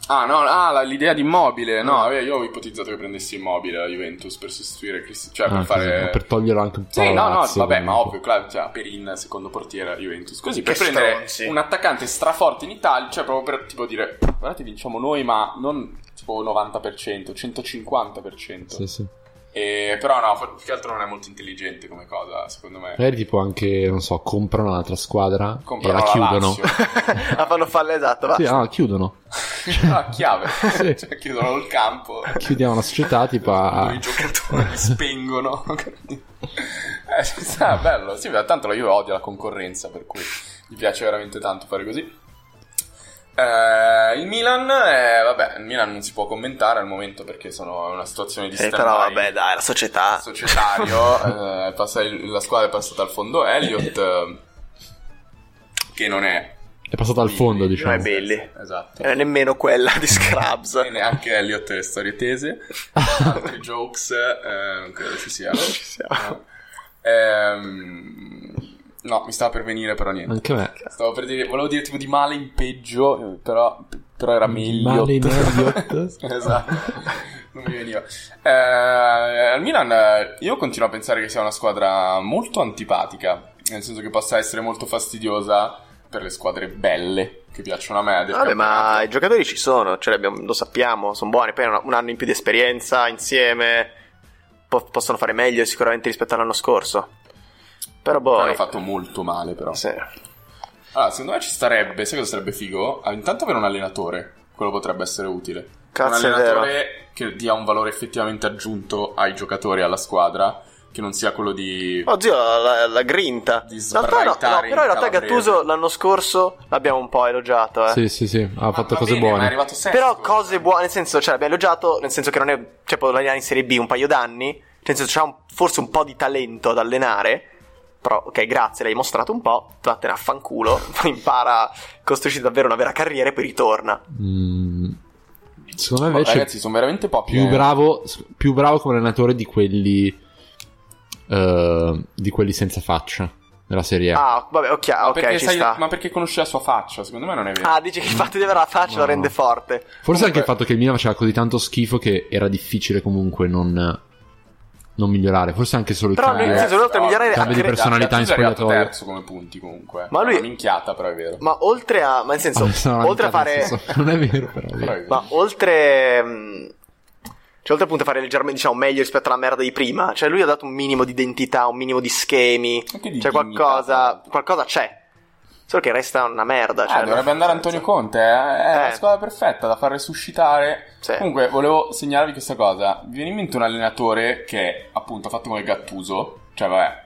Ah, no, ah, la- l'idea di immobile. Ah. No, vabbè, io ho ipotizzato che prendessi immobile la Juventus per sostituire Cristiano. Cioè, Ah, per così, fare. per toglierlo anche un po'. Sì, no, alla no, Lazio, vabbè, comunque. ma ovvio, Cla- cioè, Perin, secondo portiere alla Juventus. Così, per Che prendere stronzi. un attaccante straforte in Italia, cioè proprio per tipo dire, guardate, vinciamo noi, ma non tipo 90%, 150%. Sì, sì. E, però no, for- più che altro non è molto intelligente come cosa, secondo me. Magari tipo anche, non so, comprano un'altra squadra Comprano e la, chiudono. Lazio. la fanno falla, esatto. Va. Sì, ah, chiudono. Ah, chiave. Sì. Cioè, chiudono il campo. Chiudiamo la società, tipo, a- I giocatori spengono. eh, ci sta, bello. Sì, ma tanto io odio la concorrenza, per cui mi piace veramente tanto fare così. Eh, il Milan, eh, vabbè, il Milan non si può commentare al momento perché sono in una situazione di Eh, stand-by però vabbè, dai, la società. societario. eh, è passata- la squadra è passata al fondo Elliot, eh, che non è è passato al fondo, Non è diciamo. Non è belli. esatto. Eh, nemmeno quella di Scrubs. E neanche Elliot e le storie tese. Altri jokes, eh, non credo ci siano. Ci siamo. Ehm, no, mi stava per venire, però niente. Anche me. Stavo per dire, volevo dire tipo di male in peggio, eh, però, però era meglio. Male in Elliot. esatto. Non mi veniva. Eh, al Milan, eh, io continuo a pensare che sia una squadra molto antipatica. Nel senso che possa essere molto fastidiosa per le squadre belle che piacciono a me. del Vabbè, ma campionato. i giocatori ci sono, ce li abbiamo- lo sappiamo, sono buoni. Poi hanno un anno in più di esperienza insieme, po- possono fare meglio sicuramente rispetto all'anno scorso. Però Hanno poi. fatto molto male, però. Sì. Allora, secondo me ci starebbe, sai cosa sarebbe figo? Ah, Intanto avere un allenatore, quello potrebbe essere utile. Cazzo, un è vero. allenatore che dia un valore effettivamente aggiunto ai giocatori, alla squadra, che non sia quello di... Oddio, Oh, la, la grinta. Di In realtà no, sbraitare no, però in realtà in calabrese. Gattuso l'anno scorso l'abbiamo un po' elogiato, eh. Sì, sì, sì, ha Ma- fatto Ah, va cose bene, ma è buone. arrivato sesto. Però cose buone, nel senso, cioè, l'abbiamo elogiato, nel senso che non è. Cioè, può allenare in Serie B un paio d'anni. Cioè, nel senso, c'ha un- forse un po' di talento ad allenare. Però, ok, grazie, l'hai mostrato un po'. Vattene a fanculo. Poi impara, costruisci davvero una vera carriera e poi ritorna. Mm, Secondo me Ma invece Ragazzi, sono veramente pochi. più eh. bravo, più bravo come allenatore di quelli eh, di quelli senza faccia della Serie A. Ah, vabbè, ok, Ma ok, perché ci sai- sta. Ma perché conosce la sua faccia? Secondo me non è vero. Ah, dici che il fatto di avere la faccia No. lo rende forte. Forse anche comunque- il fatto che il Milan faceva così tanto schifo che era difficile comunque non, non migliorare. Forse anche solo il Però cambio. nel senso, lui oltre a migliorare Eh, Cambio di anche- personalità in Gattuso è arrivato spogliatoio. terzo come punti comunque. Ma lui- È minchiata, però è vero. Ma oltre a. Ma nel senso, Ah, sono oltre lamentato, a fare. nel senso, non è vero, però. è Però vero. è vero. Ma oltre. mh, Cioè, oltre appunto a fare leggermente, diciamo, meglio rispetto alla merda di prima, cioè lui ha dato un minimo di identità, un minimo di schemi, Anche di cioè dignità, qualcosa, qualcosa c'è. Solo che resta una merda. Eh, cioè, dovrebbe non- andare Antonio Conte, eh. è Eh. la squadra perfetta da far resuscitare. Sì. Comunque, volevo segnalarvi questa cosa. Vi viene in mente un allenatore che, appunto, ha fatto come Gattuso, cioè, vabbè,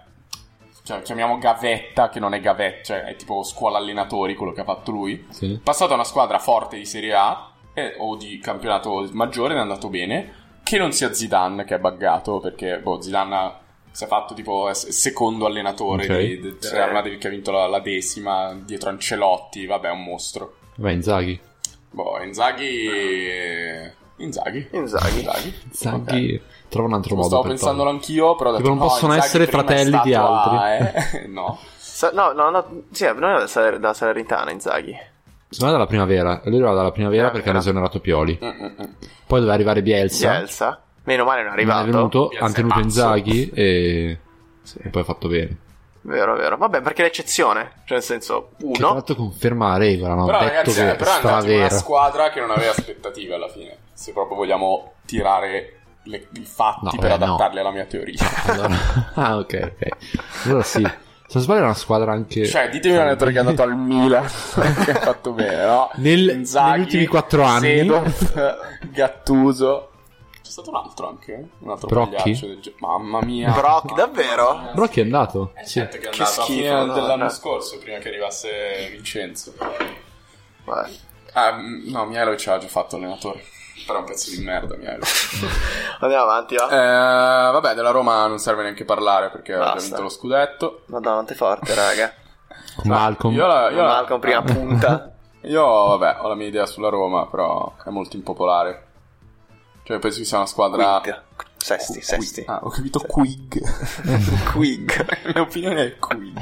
cioè, chiamiamo Gavetta, che non è Gavetta, cioè, è tipo scuola allenatori quello che ha fatto lui. Sì. Passato a una squadra forte di Serie A eh, o di campionato maggiore, ne è andato bene. Che non sia Zidane, che è buggato, perché, boh, Zidane ha- si è fatto tipo eh, s- secondo allenatore Ok. di- del Sì. Real Madrid che ha vinto la, la decima dietro Ancelotti, vabbè, è un mostro. Vabbè, Inzaghi. Boh, Inzaghi. Inzaghi. Inzaghi. Eh. Inzaghi trova un altro Ok. modo. Stavo per toglierlo. pensandolo anch'io, però ho detto, Tipo, non no, possono Inzaghi essere prima è fratelli di stato a, altri. eh, no. Sa- no, no, no, sì, non è della, Saler- della Salernitana, Inzaghi. Secondo me dalla primavera. Lui era dalla primavera Ah, perché hanno era. esonerato Pioli. Eh, Mm, mm, mm. Poi doveva arrivare Bielsa. Bielsa. Meno male non è non arrivato. è venuto, Bielsa ha Esatto. è tenuto pazzo. Inzaghi e... Sì, e poi ha fatto bene. vero, vero. Vabbè, perché è l'eccezione, cioè nel senso, Che tra uno. l'altro conferma la regola, no? Però, Ho detto ragazzi, che eh, però è stava andato in una vera. squadra che non aveva aspettative alla fine. Se proprio vogliamo tirare le- i fatti No, per vabbè, no. adattarli alla mia teoria. Allora- ah, ok, ok. Allora sì. Se non sbaglio era una squadra anche... Cioè, ditemi un allenatore che è andato al Milan che ha fatto bene, no? Nel- Inzaghi, negli ultimi quattro anni. Seedorf, Gattuso. C'è stato un altro anche, eh? un altro Brocchi? pagliaccio del gio- Mamma mia. Brock, davvero? Brocchi è andato. Eh, Sì. certo che è Che andato a schifo, fine no, dell'anno no. scorso, prima che arrivasse Vincenzo. Vabbè. Ah, m- no, Mielo ci ha già fatto allenatore. Però è un pezzo di merda, Mielo. Andiamo avanti, va. Eh, vabbè, della Roma non serve neanche parlare perché ha già Basta. vinto lo scudetto. Ah, Madonna, quanto è forte, raga. Con Malcolm. Io la, io Ah. la- Malcolm prima punta. Io, vabbè, ho la mia idea sulla Roma, però è molto impopolare. Cioè, penso che sia una squadra. Quinta. Sesti, Qui- sesti. Ah, ho capito Quig. Quig. La mia opinione è Quig.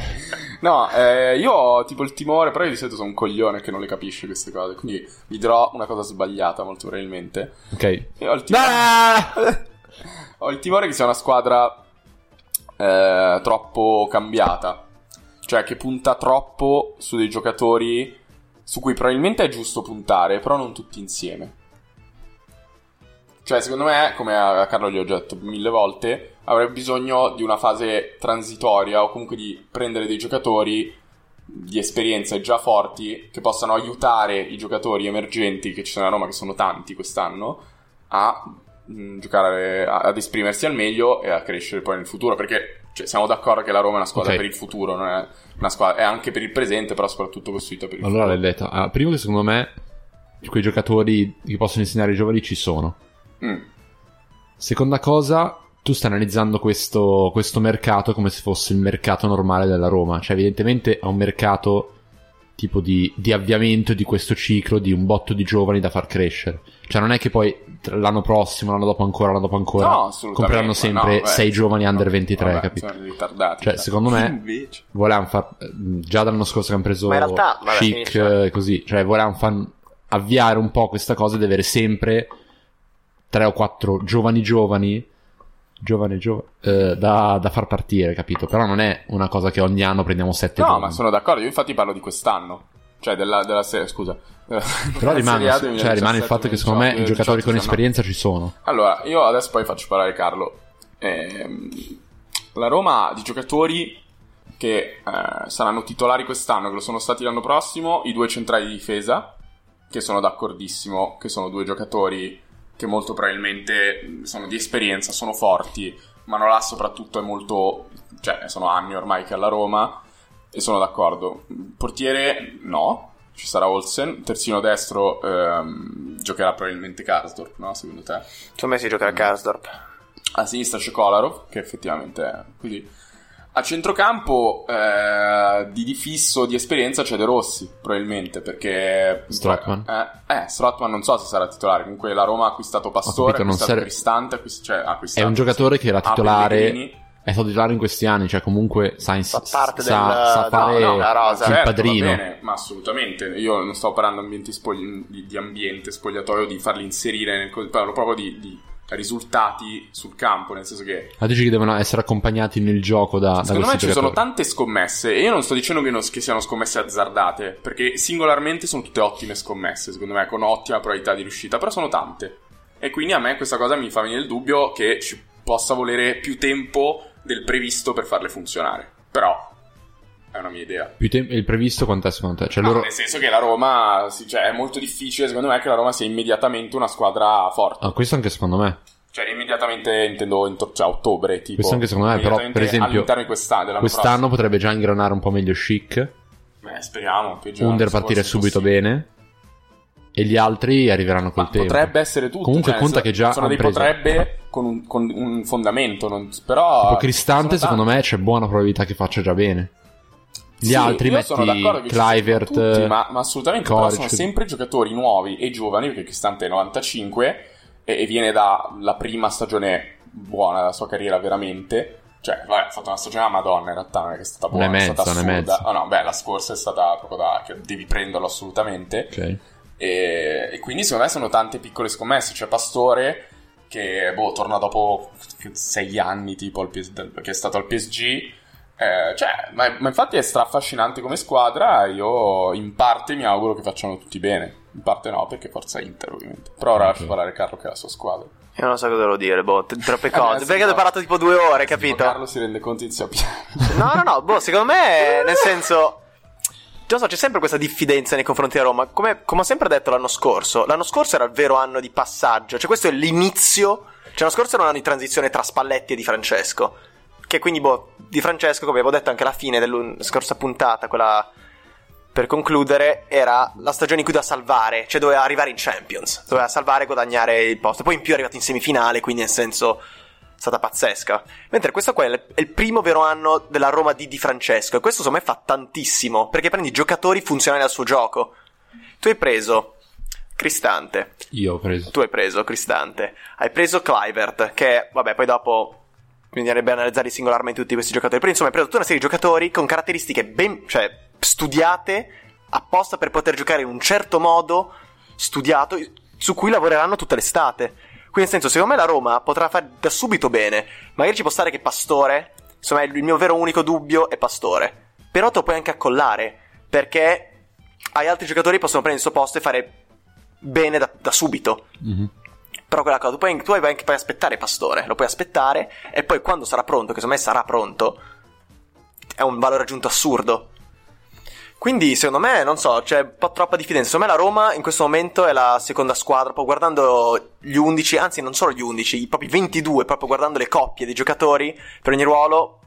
No, eh, io ho tipo il timore, però io di solito sono un coglione che non le capisce queste cose, quindi vi dirò una cosa sbagliata molto probabilmente. Ok. Io ho il timore, Ah! ho il timore che sia una squadra eh, troppo cambiata, cioè che punta troppo su dei giocatori su cui probabilmente è giusto puntare, però non tutti insieme. Cioè, secondo me, come a a Carlo gli ho già detto mille volte, avrebbe bisogno di una fase transitoria o comunque di prendere dei giocatori di esperienze già forti che possano aiutare i giocatori emergenti che ci sono a Roma, che sono tanti quest'anno, a mh, giocare, a- ad esprimersi al meglio e a crescere poi nel futuro. Perché cioè, siamo d'accordo che la Roma è una squadra Ok. per il futuro, non è una squadra, è anche per il presente, però soprattutto costruita per il Allora l'hai futuro. detto. Ah, primo che secondo me quei giocatori che possono insegnare ai giovani ci sono. Mm. Seconda cosa, tu stai analizzando questo, questo mercato come se fosse il mercato normale della Roma. Cioè, evidentemente è un mercato tipo di, di avviamento di questo ciclo di un botto di giovani da far crescere. Cioè, non è che poi tra- l'anno prossimo, l'anno dopo ancora, l'anno dopo ancora. No, assolutamente. compreranno ma sempre beh, sei giovani under no, 23, vabbè, capito? Sono ritardati. Cioè, dai. secondo me- Invece. volevano far già dall'anno scorso che hanno preso Ma in realtà, vabbè, chic finisci, vai. eh, così cioè volevano far avviare un po' questa cosa di avere sempre tre o quattro giovani giovani giovane giovane da, da far partire capito però non è una cosa che ogni anno prendiamo sette No, giovani. ma sono d'accordo. Io infatti parlo di quest'anno. Cioè, della, della serie, scusa. però Però rimane, cioè, rimane il fatto che secondo me i giocatori cioè, con esperienza ci sono Allora, io adesso poi faccio parlare Carlo. Ehm, la Roma ha di giocatori che eh, saranno titolari quest'anno, che lo sono stati l'anno prossimo, i due centrali di difesa, che sono d'accordissimo, che sono due giocatori che molto probabilmente mh, sono di esperienza, sono forti. Manola soprattutto è molto... cioè sono anni ormai che è alla Roma e sono d'accordo. Portiere no, ci sarà Olsen. Terzino destro ehm, giocherà probabilmente Karsdorp, no? Secondo te? Secondo me si gioca a Karsdorp. a sinistra c'è Kolarov, che effettivamente è così. A centrocampo eh, di, di fisso di esperienza c'è De Rossi, probabilmente, perché... Strootman? Eh, eh, Strootman non so se sarà titolare, comunque la Roma ha acquistato Pastore, capito, ha non acquistato serve- Cristante, ha acquist- cioè, ha è acquistato- Esatto. un giocatore che era ha titolare Pellegrini. è stato titolare in questi anni cioè comunque Sainz Fa parte sa, del- sa no, fare no, la rosa. il certo, padrino va bene, ma assolutamente. Io non sto parlando ambienti spogli- di, di ambiente spogliatoio, di farli inserire nel co- parlo proprio di, di risultati sul campo, nel senso che Ma dici che devono essere accompagnati nel gioco da, da Secondo me questi ci sono giocatori? tante scommesse e io non sto dicendo che, non- che siano scommesse azzardate, perché singolarmente sono tutte ottime scommesse, secondo me, con ottima probabilità di riuscita, però sono tante. E quindi a me questa cosa mi fa venire il dubbio che ci possa volere più tempo del previsto per farle funzionare. Però è una mia idea. Più tem- il previsto quant'è secondo te? Cioè, No, loro... Nel senso che la Roma, sì, cioè, è molto difficile, secondo me, che la Roma sia immediatamente una squadra forte. Ah, questo anche secondo me. Cioè, immediatamente intendo into- cioè, ottobre, tipo. Questo anche secondo me, però, per Immediatamente esempio, all'interno di quest'anno, dell'anno Quest'anno potrebbe già ingranare un po' meglio chic. Beh, speriamo. che già Under se partire fosse subito possibile. bene. E gli altri arriveranno col Ma tempo. potrebbe essere tutto. Comunque cioè, conta so- che già Sono han dei preso- potrebbe con un, con un fondamento. non- però. Tipo Cristante, secondo me, c'è buona probabilità che faccia già bene. Gli altri metti Clivert, Tutti, ma, ma assolutamente. però Coric, sono così. sempre giocatori nuovi e giovani. Perché Cristante è 95 e, e viene dalla prima stagione buona della sua carriera, veramente. Cioè, vabbè, ha fatto una stagione a Madonna in realtà, non è che è stata Una buona, e è stata mezza, una e assurda. Oh, mezza. No, no, beh, la scorsa è stata proprio da... che devi prenderlo assolutamente. Ok. E, e quindi secondo me sono tante piccole scommesse. C'è Pastore che boh, torna dopo sei anni, tipo al PS dal- che è stato al PSG. Eh, cioè, ma, ma infatti è straffascinante come squadra. Io in parte mi auguro che facciano tutti bene. In parte no, perché forza Inter, ovviamente. Però ora Ok. lascio parlare Carlo che è la sua squadra. Io non so cosa devo dire, boh, t- troppe Vabbè, cose. Eh, sì, Perché no. ho parlato tipo due ore, capito? Carlo si rende conto in sia piano. No, no, no, boh, secondo me, nel senso... Non so, c'è sempre questa diffidenza nei confronti della Roma. Come, come ho sempre detto l'anno scorso, l'anno scorso era il vero anno di passaggio. Cioè, questo è l'inizio. Cioè, l'anno scorso era un anno di transizione tra Spalletti e Di Francesco. Che quindi, boh, Di Francesco, come avevo detto anche alla fine della scorsa puntata, quella per concludere, era la stagione in cui doveva salvare, cioè doveva arrivare in Champions, doveva salvare e guadagnare il posto. Poi in più è arrivato in semifinale, quindi nel senso è stata pazzesca. Mentre questo qua è il- è il primo vero anno della Roma di Di Francesco e questo secondo me fa tantissimo, perché prendi giocatori funzionali al suo gioco. Tu hai preso Cristante, Io ho preso. tu hai preso Cristante, hai preso Clivert, che vabbè, poi dopo quindi andrebbe a analizzare singolarmente tutti questi giocatori. Però insomma, hai preso tutta una serie di giocatori con caratteristiche ben, cioè, studiate apposta per poter giocare in un certo modo studiato su cui lavoreranno tutta l'estate. Quindi, nel senso, secondo me la Roma potrà fare da subito bene. Magari ci può stare che Pastore, insomma, il mio vero unico dubbio è Pastore. Però te lo puoi anche accollare, perché hai altri giocatori che possono prendere il suo posto e fare bene da- da subito. Mhm. Però quella cosa, tu puoi, tu puoi anche puoi aspettare Pastore, lo puoi aspettare e poi quando sarà pronto, che secondo me sarà pronto, è un valore aggiunto assurdo. Quindi, secondo me, non so, c'è un po' troppa diffidenza. Secondo me la Roma in questo momento è la seconda squadra, proprio guardando gli 11, anzi non solo gli 11, i propri 22, proprio guardando le coppie dei giocatori per ogni ruolo,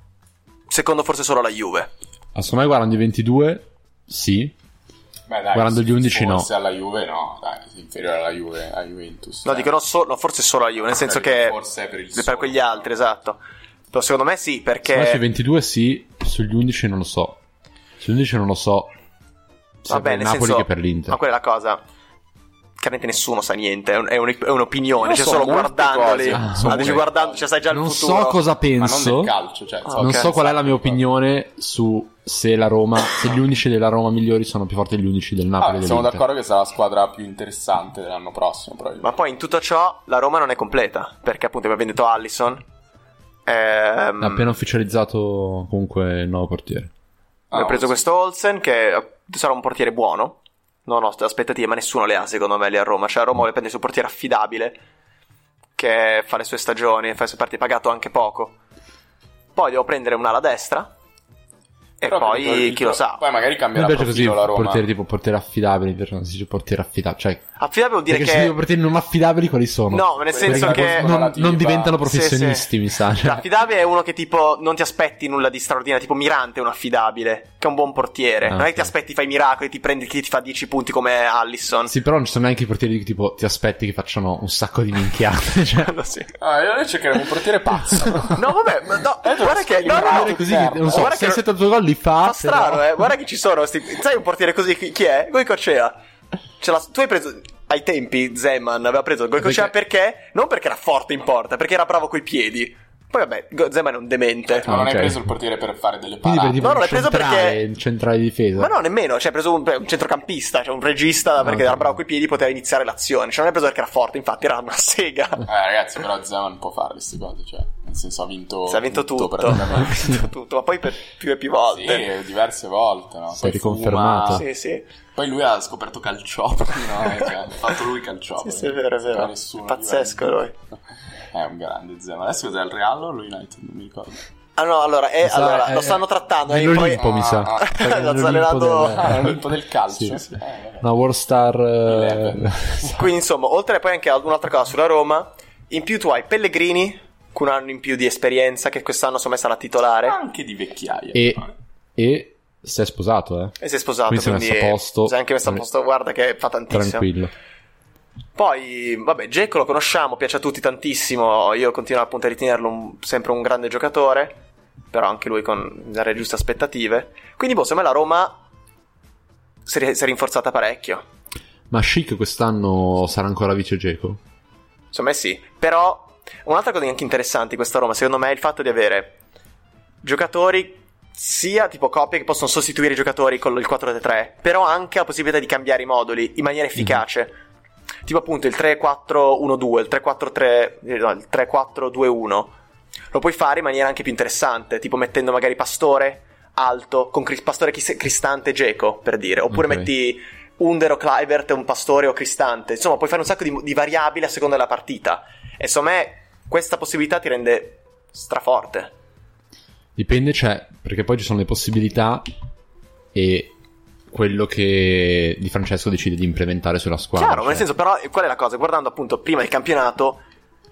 secondo forse solo la Juve. Ah, secondo me guardando i 22, sì. Beh, dai, Guardando sì, gli 11 no. Forse alla Juve no, dai, sì, inferiore alla Juve, a Juventus. No, dai. dico no, so- no, forse solo la Juve, nel senso che Forse per il per solo. quegli altri, esatto. Però secondo me sì, Secondo me sui perché 22 sì, sugli 11 non lo so. Sugli 11 non lo so. Sia Vabbè, per il nel Napoli senso- che per l'Inter. ma quella è la cosa. Chiaramente nessuno sa niente, è, un- è un- è un'opinione, Io cioè so solo molte cose, guardandoli. so Ah, dici molte guardando, cose. cioè sai già il non futuro. so cosa Ma non penso. del calcio, cioè, so Ah, Non ok. so qual è la mia opinione su se la Roma, se gli 11 della Roma migliori sono più forti degli 11 del Ah, Napoli. e siamo dell'Inter. d'accordo che sarà la squadra più interessante dell'anno prossimo, probabilmente. Ma poi in tutto ciò la Roma non è completa, perché appunto abbiamo detto Allison. Ehm, Ha appena ufficializzato comunque il nuovo portiere. Abbiamo Ah, preso sì. questo Olsen che sarà un portiere buono. Non ho aspettative, ma nessuno le ha secondo me lì a Roma. Cioè a Roma vuole prendere il suo portiere affidabile che fa le sue stagioni, fa le sue partite pagato anche poco. Poi devo prendere un'ala destra e Però credo che eh, poi il chi lo pro- sa. Poi magari Mi cambierà piace profilo così la Roma. portiere tipo portiere affidabile, mi piace quando si dice portiere affidabile, cioè Affidabile vuol dire perché se dico che portieri non affidabili quali sono? No, Quelli nel senso proprio che non- non, Relativa- diventano Sì, Esatto. professionisti, sì. mi sa. cioè. L'affidabile è uno che tipo non ti aspetti nulla di straordinario, tipo Mirante è un affidabile, che è un buon portiere. Ah, non è che ok. ti aspetti, fai miracoli, ti prendi chi ti fa 10 punti come Allison. Sì, però non ci sono neanche i portieri che tipo ti aspetti che facciano un sacco di minchiate, cioè Quello sì. Ah, io noi cercheremo un portiere pazzo. No, vabbè, ma no, Eh, tu guarda che- scrivi no, un no, Portiere altro così che, non so, terno. Guarda che- 6-72 gol li fa. Fa strano, però- eh. Guarda che ci sono. sti- Sai un portiere così? Chi, chi è? Goicocea. Ce l'ha- Tu hai preso. Ai tempi Zeman aveva preso Goicocea perché... Non perché era forte in porta, perché era bravo coi piedi. Poi vabbè, Go- Zeman è un demente. Ma non Ah, hai ok. preso il portiere per fare delle Quindi per parate. tipo Ah, No, un l'hai preso centrale, perché- un centrale di difesa. Ma no, nemmeno. Cioè, ha preso un, un centrocampista, cioè un regista, esatto. Ah, perché ok. era bravo coi piedi, poteva iniziare l'azione. Cioè, non l'hai preso perché era forte, infatti, era una sega. Ah, Eh, ragazzi, però Zeman può fare queste cose, cioè, nel senso ha vinto Si è vinto tutto, ha praticamente. vinto tutto, ma poi per più e più volte. Sì, diverse volte, no? Si è Poi riconfermato. fuma. Sì. sì. sì. Poi lui ha scoperto Calciopoli, no? Eh, cioè, ha fatto lui Calciopoli. Sì, sì, è vero, è vero. Però nessuno, Pazzesco lui. È un grande Zeman. Adesso cos'è il Real o l'United? Non mi ricordo. Ah no, allora, eh, Mi sa, allora eh, lo stanno trattando. eh, poi... nell'Olimpo, mi sa. Ah, ah, Perché lo nell'Olimpo sta allenando- del- Ah, l'Olimpo del calcio. Sì, Eh, vabbè. Una World Star eh, Eleven. Quindi insomma, oltre poi anche ad un'altra cosa sulla Roma, in più tu hai Pellegrini, con un anno in più di esperienza, che quest'anno insomma sarà titolare, Anche di vecchiaia. e, però. eh. e si è sposato, eh. e si è sposato, Quindi si è quindi messo a posto. si è anche messo a posto, guarda che fa tantissimo. Tranquillo. Poi, vabbè, Dzeko lo conosciamo, piace a tutti tantissimo, io continuo appunto a ritenerlo un- sempre un grande giocatore, però anche lui con le giuste aspettative. Quindi boh, secondo me la Roma si è, si è rinforzata parecchio. Ma Chic quest'anno sarà ancora vice Geco? Secondo me sì. Però un'altra cosa anche interessante di questa Roma, secondo me, è il fatto di avere giocatori sia tipo coppie che possono sostituire i giocatori con il 4-3-3, però anche la possibilità di cambiare i moduli in maniera efficace. Tipo appunto il 3-4-1-2, il 3-4-3, eh, no, il 3-4-2-1. Lo puoi fare in maniera anche più interessante, tipo mettendo magari Pastore alto con Cris- Pastore Chis- Cristante e Geco, per dire, oppure Ok. metti Under o Clivert, un pastore o cristante. Insomma, puoi fare un sacco di, di variabili a seconda della partita. E secondo me questa possibilità ti rende straforte. Dipende, cioè, perché poi ci sono le possibilità e quello che Di Francesco decide di implementare sulla squadra. Chiaro, ma cioè. nel senso, però, qual è la cosa? Guardando appunto prima il campionato.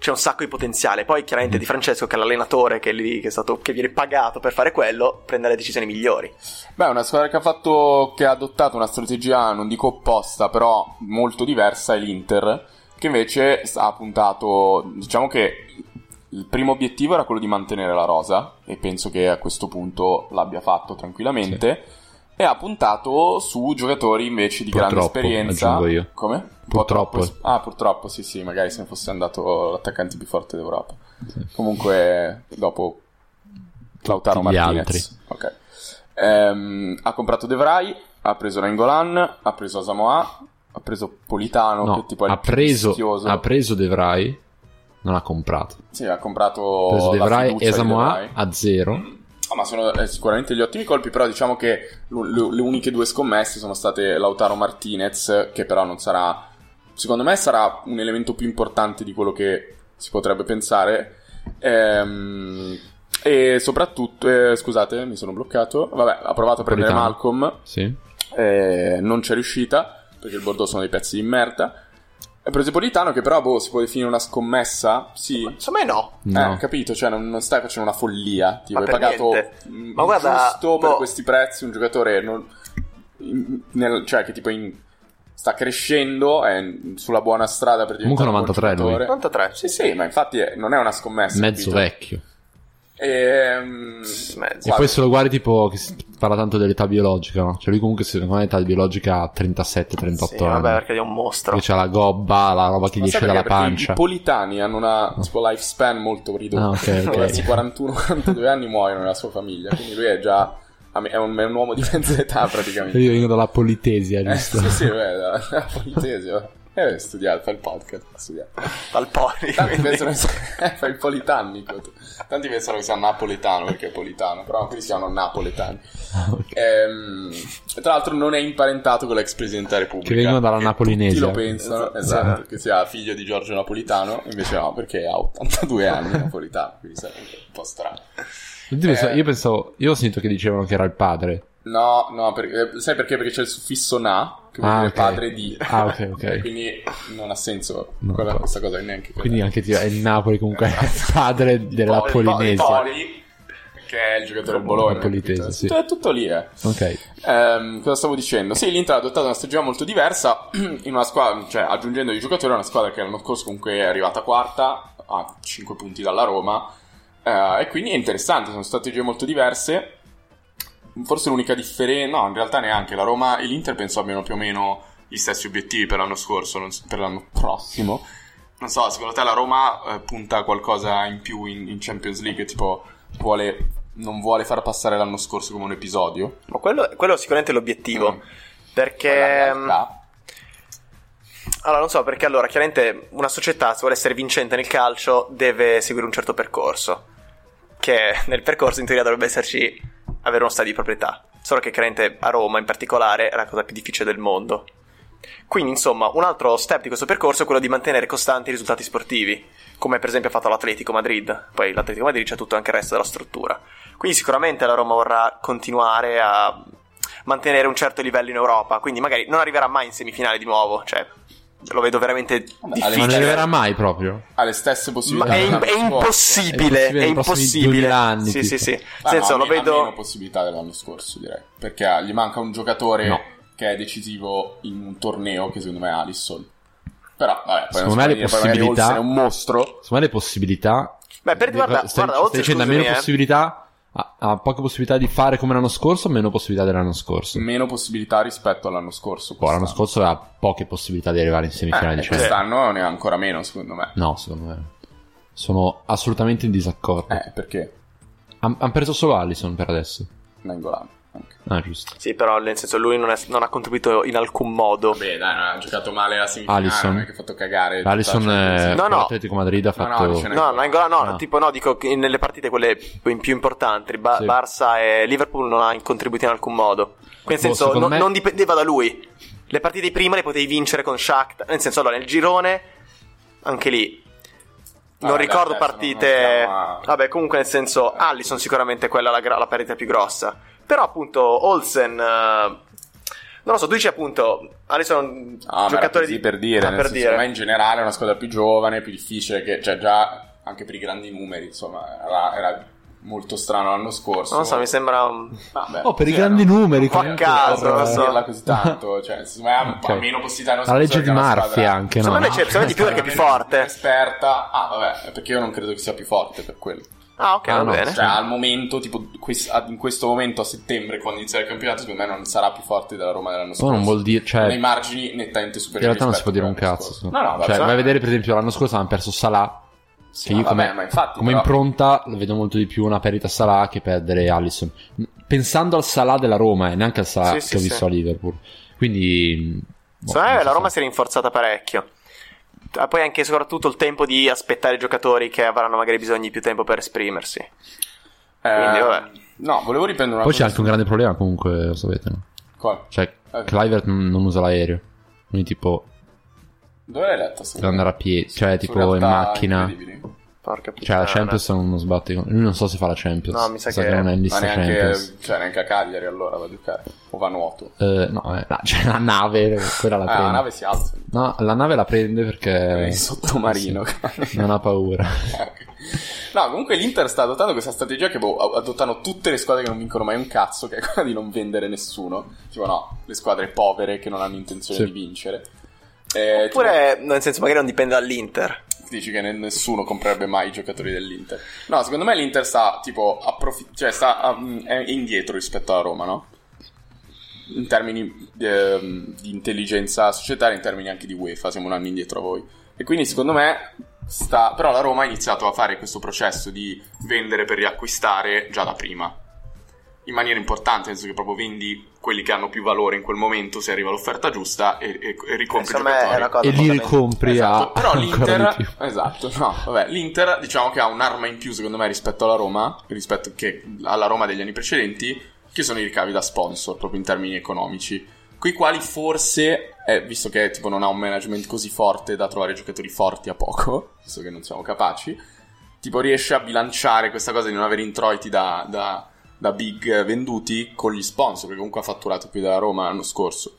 C'è un sacco di potenziale. Poi, chiaramente, Mm. Di Francesco, che è l'allenatore che, è lì, che, è stato, che viene pagato per fare quello, prende le decisioni migliori. Beh, una squadra che ha fatto. che ha adottato una strategia, non dico opposta, però molto diversa è l'Inter. Che invece s- ha puntato. Diciamo che il primo obiettivo era quello di mantenere la rosa. E penso che a questo punto l'abbia fatto tranquillamente. E ha puntato su giocatori invece di grande Purtroppo, esperienza. aggiungo io. Come? Un po' Purtroppo. troppo es- Ah, purtroppo, sì, sì, magari se ne fosse andato l'attaccante più forte d'Europa. Sì. Comunque, dopo Lautaro Tutti gli Martinez. Ok. Ehm, ha comprato De Vrij, ha preso Nangolan, ha preso Asamoah, ha preso Politano, No, che tipo è il ha, più preso, rischioso. ha preso De Vrij, non ha comprato. Sì, ha comprato Ha preso De Oh, la Vrij fiducia e di De Samoa Vrij. a zero. Ah, ma sono eh, sicuramente gli ottimi colpi, però diciamo che lu- lu- le uniche due scommesse sono state Lautaro Martinez, che però non sarà... Secondo me sarà un elemento più importante di quello che si potrebbe pensare. Ehm, e soprattutto... eh, scusate, mi sono bloccato. Vabbè, ha provato a prendere Politano. Malcolm. Sì. Eh, non c'è riuscita perché il Bordeaux sono dei pezzi di merda. È preso Politano che però boh, si può definire una scommessa? Sì. Insomma, no. No. Eh, capito, cioè non, non stai facendo una follia. Tipo, Ma hai per pagato niente. mh, Ma guarda, giusto per boh. questi prezzi un giocatore non- in- nel- cioè che tipo in- sta crescendo, è in- sulla buona strada per diventare un buon 93 lui. giocatore. 93. Sì, Eh. sì, ma infatti è- non è una scommessa. Mezzo capito? vecchio. Ehm, Mezzo. E poi se lo guardi tipo che si parla tanto dell'età biologica, no? Cioè lui comunque secondo me età biologica ha 37-38 Sì, anni. vabbè, perché è un mostro. Che c'ha la gobba, la roba che ma gli sai esce perché? dalla Perché pancia. I politani hanno una tipo, lifespan molto ridotta. Ah, ok, ok. Verso i 41-42 anni muoiono nella sua famiglia, quindi lui è già a me- è un, è un uomo di mezza età praticamente. Io vengo dalla politesia, Eh, giusto? sì, sì, beh, da, da politesi, beh. Eh, studiare, fa il podcast, studiare. Dal poli. Tanti quindi. pensano che sia, fa il politannico. Tanti pensano che sia napoletano perché è politano, però qui siamo napoletani. Ehm, e tra l'altro non è imparentato con l'ex presidente della Repubblica. Che vengono dalla che napolinese. Tutti lo pensano, Esatto. esatto, che sia figlio di Giorgio Napolitano, invece no, perché ha 82 anni napolitano, quindi sai, è un po' strano. Tutti pensano- Eh. Io pensavo, io ho sentito che dicevano che era il padre. No, no, per- eh, sai perché? Perché c'è il suffisso na, che vuol Ah, dire ok. padre di. Ah, ok, ok. E Quindi non ha senso No, quella- no. questa cosa, neanche quella. Quindi anche ti- è il Napoli comunque è il padre della Poli- Polinesia. Poli, che è il giocatore del Bologna. Politese, capito? sì. Tutto- È tutto lì, eh. Ok. Ehm, cosa stavo dicendo? Sì, l'Inter ha adottato una strategia molto diversa, in una squadra, cioè aggiungendo di giocatori a una squadra che l'anno scorso comunque è arrivata quarta, a 5 punti dalla Roma, eh, e quindi è interessante, sono strategie molto diverse. Forse l'unica differenza, no, in realtà neanche, la Roma e l'Inter penso abbiano più o meno gli stessi obiettivi per l'anno scorso, non s- per l'anno prossimo. Non so, secondo te la Roma eh, punta a qualcosa in più in, in Champions League, tipo vuole, non vuole far passare l'anno scorso come un episodio? Ma quello, quello è sicuramente l'obiettivo. Mm. Perché. mm, Quella realtà. Allora, non so, perché allora, chiaramente una società, se vuole essere vincente nel calcio, deve seguire un certo percorso. Che nel percorso, in teoria, dovrebbe esserci avere uno stadio di proprietà. Solo che chiaramente a Roma, in particolare, è la cosa più difficile del mondo. Quindi, insomma, un altro step di questo percorso è quello di mantenere costanti i risultati sportivi, come per esempio ha fatto l'Atletico Madrid. Poi l'Atletico Madrid c'è tutto anche il resto della struttura. Quindi sicuramente la Roma vorrà continuare a mantenere un certo livello in Europa, quindi magari non arriverà mai in semifinale di nuovo, cioè lo vedo veramente alle- Ma non arriverà difficile. mai proprio. Ha le stesse Ma possibilità. è, dell'anno è scorso. impossibile, È impossibile è nei prossimi impossibile. 2000 anni, sì, tipo. sì, sì. Nel Ma Ah, no, senso, ha lo meno- ha vedo meno possibilità dell'anno scorso, direi. Perché ha- gli manca un giocatore No. che è decisivo in un torneo che secondo me è Alisson. Però, vabbè, poi Secondo non me si le può dire, poi magari possibilità- Olsen è un mostro. Secondo me le possibilità. Beh, per- di- guarda- stai, guarda, stai Olsen, dicendo ha scusami, meno eh. possibilità. Ha, ha poche possibilità di fare come l'anno scorso, meno possibilità dell'anno scorso. Meno possibilità rispetto all'anno scorso. Poi Boh, l'anno quest'anno. scorso aveva poche possibilità di arrivare in semifinale. Eh, di e Champions. quest'anno ne ha ancora meno, secondo me. No, secondo me. Sono assolutamente in disaccordo. Eh, perché? Hanno preso solo Allison per adesso. Nangolan. anche. Ah, giusto. Sì, però nel senso lui non, è- non ha contribuito in alcun modo. Vabbè, dai, non ha giocato male la semifinale, Alisson. Ah, non è che ha fatto cagare. Allison tutta la Champions eh, League. No, con no. l'Atletico Madrid ha No, no, fatto... dice ne- No, no, Angola no, No. tipo no, dico che nelle partite quelle più più importanti, Ba- Sì. Barça e Liverpool non ha contribuito in alcun modo. Quindi nel Boh, senso secondo non- me- non dipendeva da lui. Le partite di prima le potevi vincere con Shakhtar, nel senso allora nel girone anche lì non Ah, vabbè, ricordo adesso non partite. mettiamo a- Vabbè, comunque nel senso Allison sicuramente quella la, gra- la perdita più grossa. Però appunto Olsen eh, non lo so, tu dici appunto Allison Ah, ma era giocatore così di per dire, ah, nel per senso, dire. ma in generale è una squadra più giovane, più difficile, che, cioè già anche per i grandi numeri, insomma, era, era molto strano l'anno scorso. Non lo so, mi sembra un- Vabbè, Oh, per i sì, grandi era- numeri. Un po' a comunque. caso, Non non lo posso so. dirla così tanto, cioè, secondo me ha- Ok. ha meno possibilità l'anno La legge scorso di che era una Murphy squadra- anche, no? Secondo me c'è- secondo me di più perché è più forte. Esperta. Ah, vabbè, perché io non credo che sia più forte per quello. Ah, ok, Ah, va no, bene. Cioè, al momento, tipo, quest- a- in questo momento a settembre, quando inizierà il campionato, secondo me non sarà più forte della Roma dell'anno Poi scorso. non vuol dire... Cioè, nei margini nettamente in superiori. realtà non si può rispetto dire un a quello cazzo. scorso. secondo No, me. no, vabbè, Cioè, no. vai a vedere per esempio l'anno scorso hanno perso Salah. Sì, che io no, come- vabbè, ma infatti, Come però- impronta lo vedo molto di più una perita Salah che perdere Allison. Pensando al Salah della Roma e neanche al Salah Sì, che sì, ho visto sì. a Liverpool. Quindi... boh, Secondo me non la so Roma se- si è rinforzata parecchio. Ah, Poi anche e soprattutto il tempo di aspettare i giocatori che avranno magari bisogno di più tempo per esprimersi. Quindi, Eh, vabbè. No, volevo riprendere una Poi c'è cosa anche un grande problema comunque, lo sapete. no? su- qua. Cioè, Eh. Clivert non, non usa l'aereo. Quindi tipo, Dove l'hai letta? deve andare a piedi, cioè tipo in macchina. Incredibili. Porca Cioè, puttana. la Champions non non sbatte. con- Lui non so se fa la Champions. Eh, No, mi sa che- che non è in Ma lista Champions. neanche, cioè, neanche a Cagliari allora va a giocare. O va a nuoto. Eh, no, eh, no, cioè, la nave, quella la Ah, prende. la nave si alza. No, la nave la prende perché. È il sottomarino. Sì, non ha paura. No, comunque l'Inter sta adottando questa strategia che boh, adottano tutte le squadre che non vincono mai un cazzo, che è quella di non vendere nessuno. Tipo, no, le squadre povere che non hanno intenzione Sì. di vincere. Eh, Oppure, no, nel senso, magari non dipende dall'Inter. tipo, dici che ne- nessuno comprerebbe mai i giocatori dell'Inter. No, secondo me l'Inter sta tipo approfitt- cioè sta um, è indietro rispetto alla Roma, no? In termini ehm, di intelligenza societaria, in termini anche di UEFA, siamo un anno indietro a voi. E quindi secondo me sta. Però la Roma ha iniziato a fare questo processo di vendere per riacquistare già da prima. In maniera importante, nel senso che proprio vendi quelli che hanno più valore in quel momento se arriva l'offerta giusta e, e, e ricompri i Secondo me è giocatori. una cosa e li fondamentale. ricompri Esatto, a. Però ancora di più. l'Inter, esatto, no, vabbè, l'Inter diciamo che ha un'arma in più secondo me rispetto alla Roma, rispetto che- alla Roma degli anni precedenti, che sono i ricavi da sponsor proprio in termini economici, coi quali forse, eh, visto che tipo non ha un management così forte da trovare giocatori forti a poco, visto che non siamo capaci, tipo riesce a bilanciare questa cosa di non avere introiti da, da- da big venduti con gli sponsor, perché comunque ha fatturato più della Roma l'anno scorso.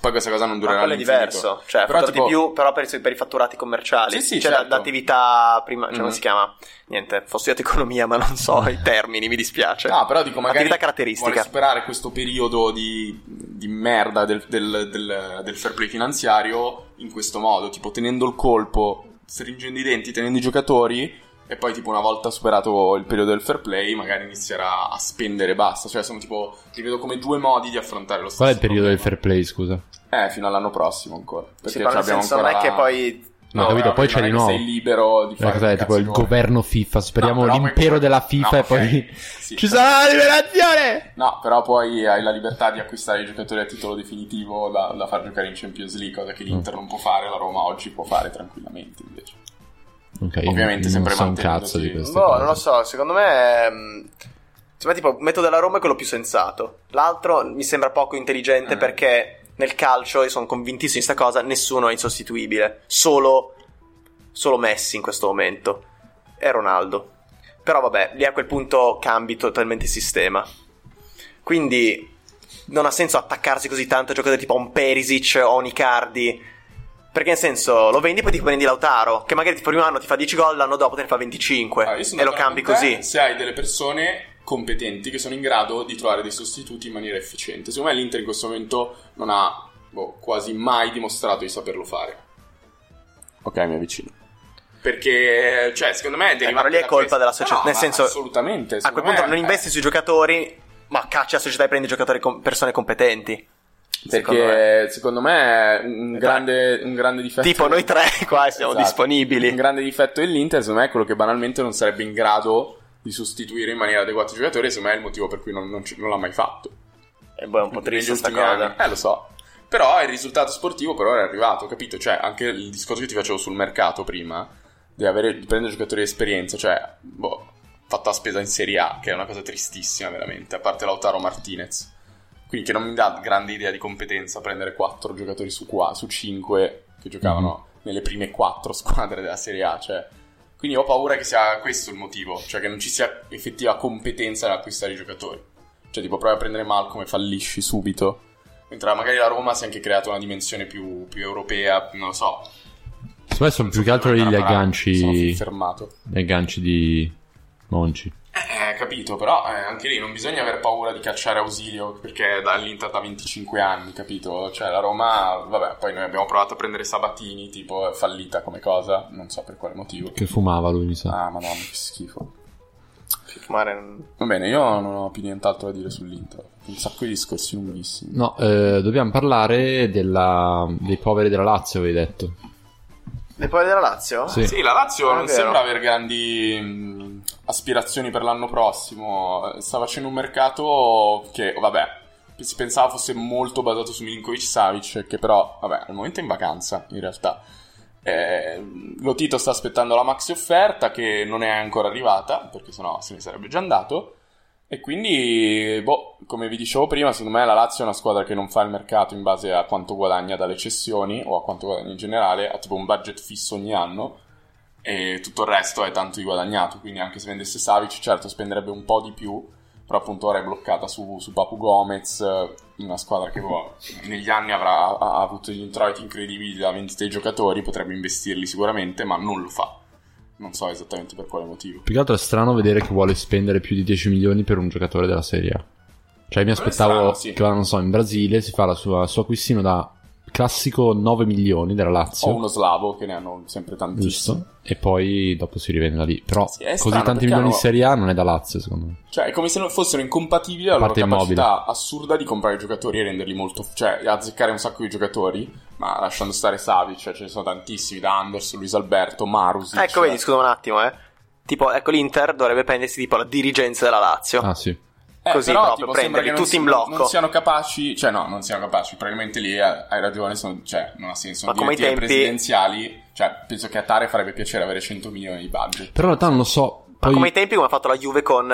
Poi questa cosa non Ma durerà quello è all'infinito. diverso, cioè, Però, però, tipo- di più, però per, i- per i fatturati commerciali, Sì, sì, cioè da- certo. l'attività prima, cioè Mhm. come si chiama? Niente, ho studiato economia, ma non so i termini, mi dispiace. No, però dico, magari Cioè, Attività caratteristica. vuole superare questo periodo di, di merda del, del- del- del fair play finanziario in questo modo, tipo tenendo il colpo, stringendo i denti, tenendo i giocatori e poi tipo una volta superato il periodo del fair play magari inizierà a spendere e basta. Cioè sono tipo, li vedo come due modi di affrontare lo stesso Qual è il periodo del problema. fair play, scusa? Eh, fino all'anno prossimo ancora. Perché Sì, però nel abbiamo senso ancora... non è che poi... No, capito, però poi c'è non è di che nuovo. Sei libero di La fare... cosa è che tipo cazzo il vuoi. governo FIFA. Speriamo No, però poi- l'impero della FIFA No, e poi. ok. Sì, Ci sarà la liberazione! No, però poi hai la libertà di acquistare i giocatori a titolo definitivo da, da far giocare in Champions League, cosa che l'Inter non può fare, la Roma oggi può fare tranquillamente invece. Ok, io Ovviamente non sempre so un mantenendosi- cazzo di questo. Boh, non lo so, secondo me... mh, Secondo me tipo, il metodo della Roma è quello più sensato. L'altro mi sembra poco intelligente Eh. perché nel calcio, io sono convintissimo di questa cosa, nessuno è insostituibile. Solo, solo Messi in questo momento. E Ronaldo. Però vabbè, lì a quel punto cambi totalmente il sistema. Quindi non ha senso attaccarsi così tanto a giocatori tipo a un Perisic o a un Icardi. Perché nel senso, lo vendi poi ti prendi Lautaro, che magari tipo il primo anno ti fa 10 gol, l'anno dopo te ne fa 25. Allora, Ah, io sono e lo d'accordo cambi con te così. Se hai delle persone competenti che sono in grado di trovare dei sostituti in maniera efficiente. Secondo me l'Inter in questo momento non ha boh, quasi mai dimostrato di saperlo fare. Ok, mi avvicino. Perché, cioè, secondo me... Eh, deriva però lì è da colpa questo- della società. No, nel ma senso, assolutamente. a Cioè, secondo quel punto me- non investi sui giocatori, ma caccia la società e prendi giocatori con persone competenti. Secondo me. Perché secondo me, un, Dai. grande, un grande difetto. Tipo noi tre qua siamo Esatto. disponibili. Un grande difetto dell'Inter, secondo me, è quello che banalmente non sarebbe in grado di sostituire in maniera adeguata i giocatori. e Secondo me è il motivo per cui non, non ci- non l'ha mai fatto. E poi è un po' Negli triste sta ultimi cosa. anni. Eh, lo so. Però il risultato sportivo per ora è arrivato, capito? Cioè, anche il discorso che ti facevo sul mercato prima, di, avere, di prendere giocatori di esperienza, cioè, boh, fatta spesa in Serie A, che è una cosa tristissima veramente, a parte Lautaro Martinez. Quindi che non mi dà grande idea di competenza prendere 4 giocatori su, qua, su 5 che giocavano nelle prime 4 squadre della Serie A, cioè... Quindi ho paura che sia questo il motivo, cioè che non ci sia effettiva competenza nell'acquistare i giocatori. Cioè, tipo, provi a prendere Malcolm e fallisci subito. Mentre magari la Roma si è anche creata una dimensione più, più europea, non lo so. Secondo me sono più che altro gli Sono agganci. fermato. Gli agganci di Monci. Eh, capito, però eh, anche lì non bisogna aver paura di cacciare ausilio perché dall'Inter da 25 anni, capito? Cioè la Roma, vabbè, poi noi abbiamo provato a prendere Sabatini, tipo, è fallita come cosa, non so per quale motivo. Che fumava lui, mi sa. Ah, madonna, che schifo. Fumare non- Va bene, io non ho più nient'altro da dire sull'Inter. Un sacco di discorsi lunghissimi. No, eh, dobbiamo parlare della- dei poveri della Lazio, avevi detto. E poi della Lazio? Sì. Sì, la Lazio Ah, non vero. sembra aver grandi mh, aspirazioni per l'anno prossimo. Sta facendo un mercato che, vabbè, si pensava fosse molto basato su Milinkovic Savic, che però, vabbè, al momento è in vacanza, in realtà. Eh, lo Tito sta aspettando la maxi offerta, che non è ancora arrivata, perché sennò se ne sarebbe già andato. E quindi, boh, come vi dicevo prima, secondo me la Lazio è una squadra che non fa il mercato in base a quanto guadagna dalle cessioni o a quanto guadagna in generale, ha tipo un budget fisso ogni anno. e tutto il resto è tanto di guadagnato, quindi anche se vendesse Savic certo spenderebbe un po' di più, però appunto ora è bloccata su, su Papu Gomez, eh, una squadra che boh, negli anni avrà ha avuto degli introiti incredibili da vendita dei giocatori, potrebbe investirli sicuramente, ma non lo fa. Non so esattamente per quale motivo. Più che altro è strano vedere che vuole spendere più di 10 milioni per un giocatore della Serie A. Cioè, mi Quello è aspettavo strano, sì. che, non so, in Brasile si fa la sua, il suo acquistino da classico 9 milioni della Lazio. Ho uno slavo che ne hanno sempre tantissimi. Giusto. E poi dopo si rivende da lì. Però Sì, è così strano, tanti perché milioni in hanno- Serie A non è da Lazio, secondo me. Cioè, è come se non fossero incompatibili alla loro Parte capacità immobile. assurda di comprare giocatori e renderli molto. cioè, azzeccare un sacco di giocatori, ma lasciando stare Savic, cioè, ce ne sono tantissimi, da Anderson, Luis Alberto, Marusic. ecco, vedi, scusa un attimo, eh. Tipo, ecco l'Inter dovrebbe prendersi tipo la dirigenza della Lazio. Ah, sì. Eh, così però, proprio, tipo, sembra prenderli che non tutti si- in blocco. Non siano capaci, cioè, no, non siano capaci. Probabilmente lì eh, hai ragione, sono- cioè, non ha senso. Ma come i direttive tempi- presidenziali, cioè, penso che a Tare farebbe piacere avere 100 milioni di budget. Però in realtà non lo so. Ma Poi... come i tempi come ha fatto la Juve con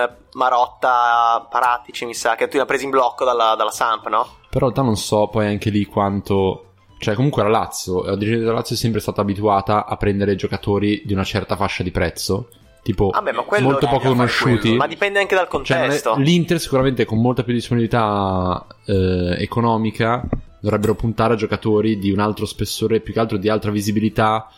Marotta, Paratici, mi sa, che tu l'ha presa in blocco dalla, dalla Samp, no? Però in realtà non so poi anche lì quanto. Cioè, comunque la Lazio, la dirigenza della Lazio è sempre stata abituata a prendere giocatori di una certa fascia di prezzo. Tipo, Ah, beh, ma quello- molto poco Eh, a fare conosciuti. quello. Ma dipende anche dal Cioè, non è- contesto. l'Inter sicuramente con molta più disponibilità eh, economica dovrebbero puntare a giocatori di un altro spessore, più che altro di altra visibilità,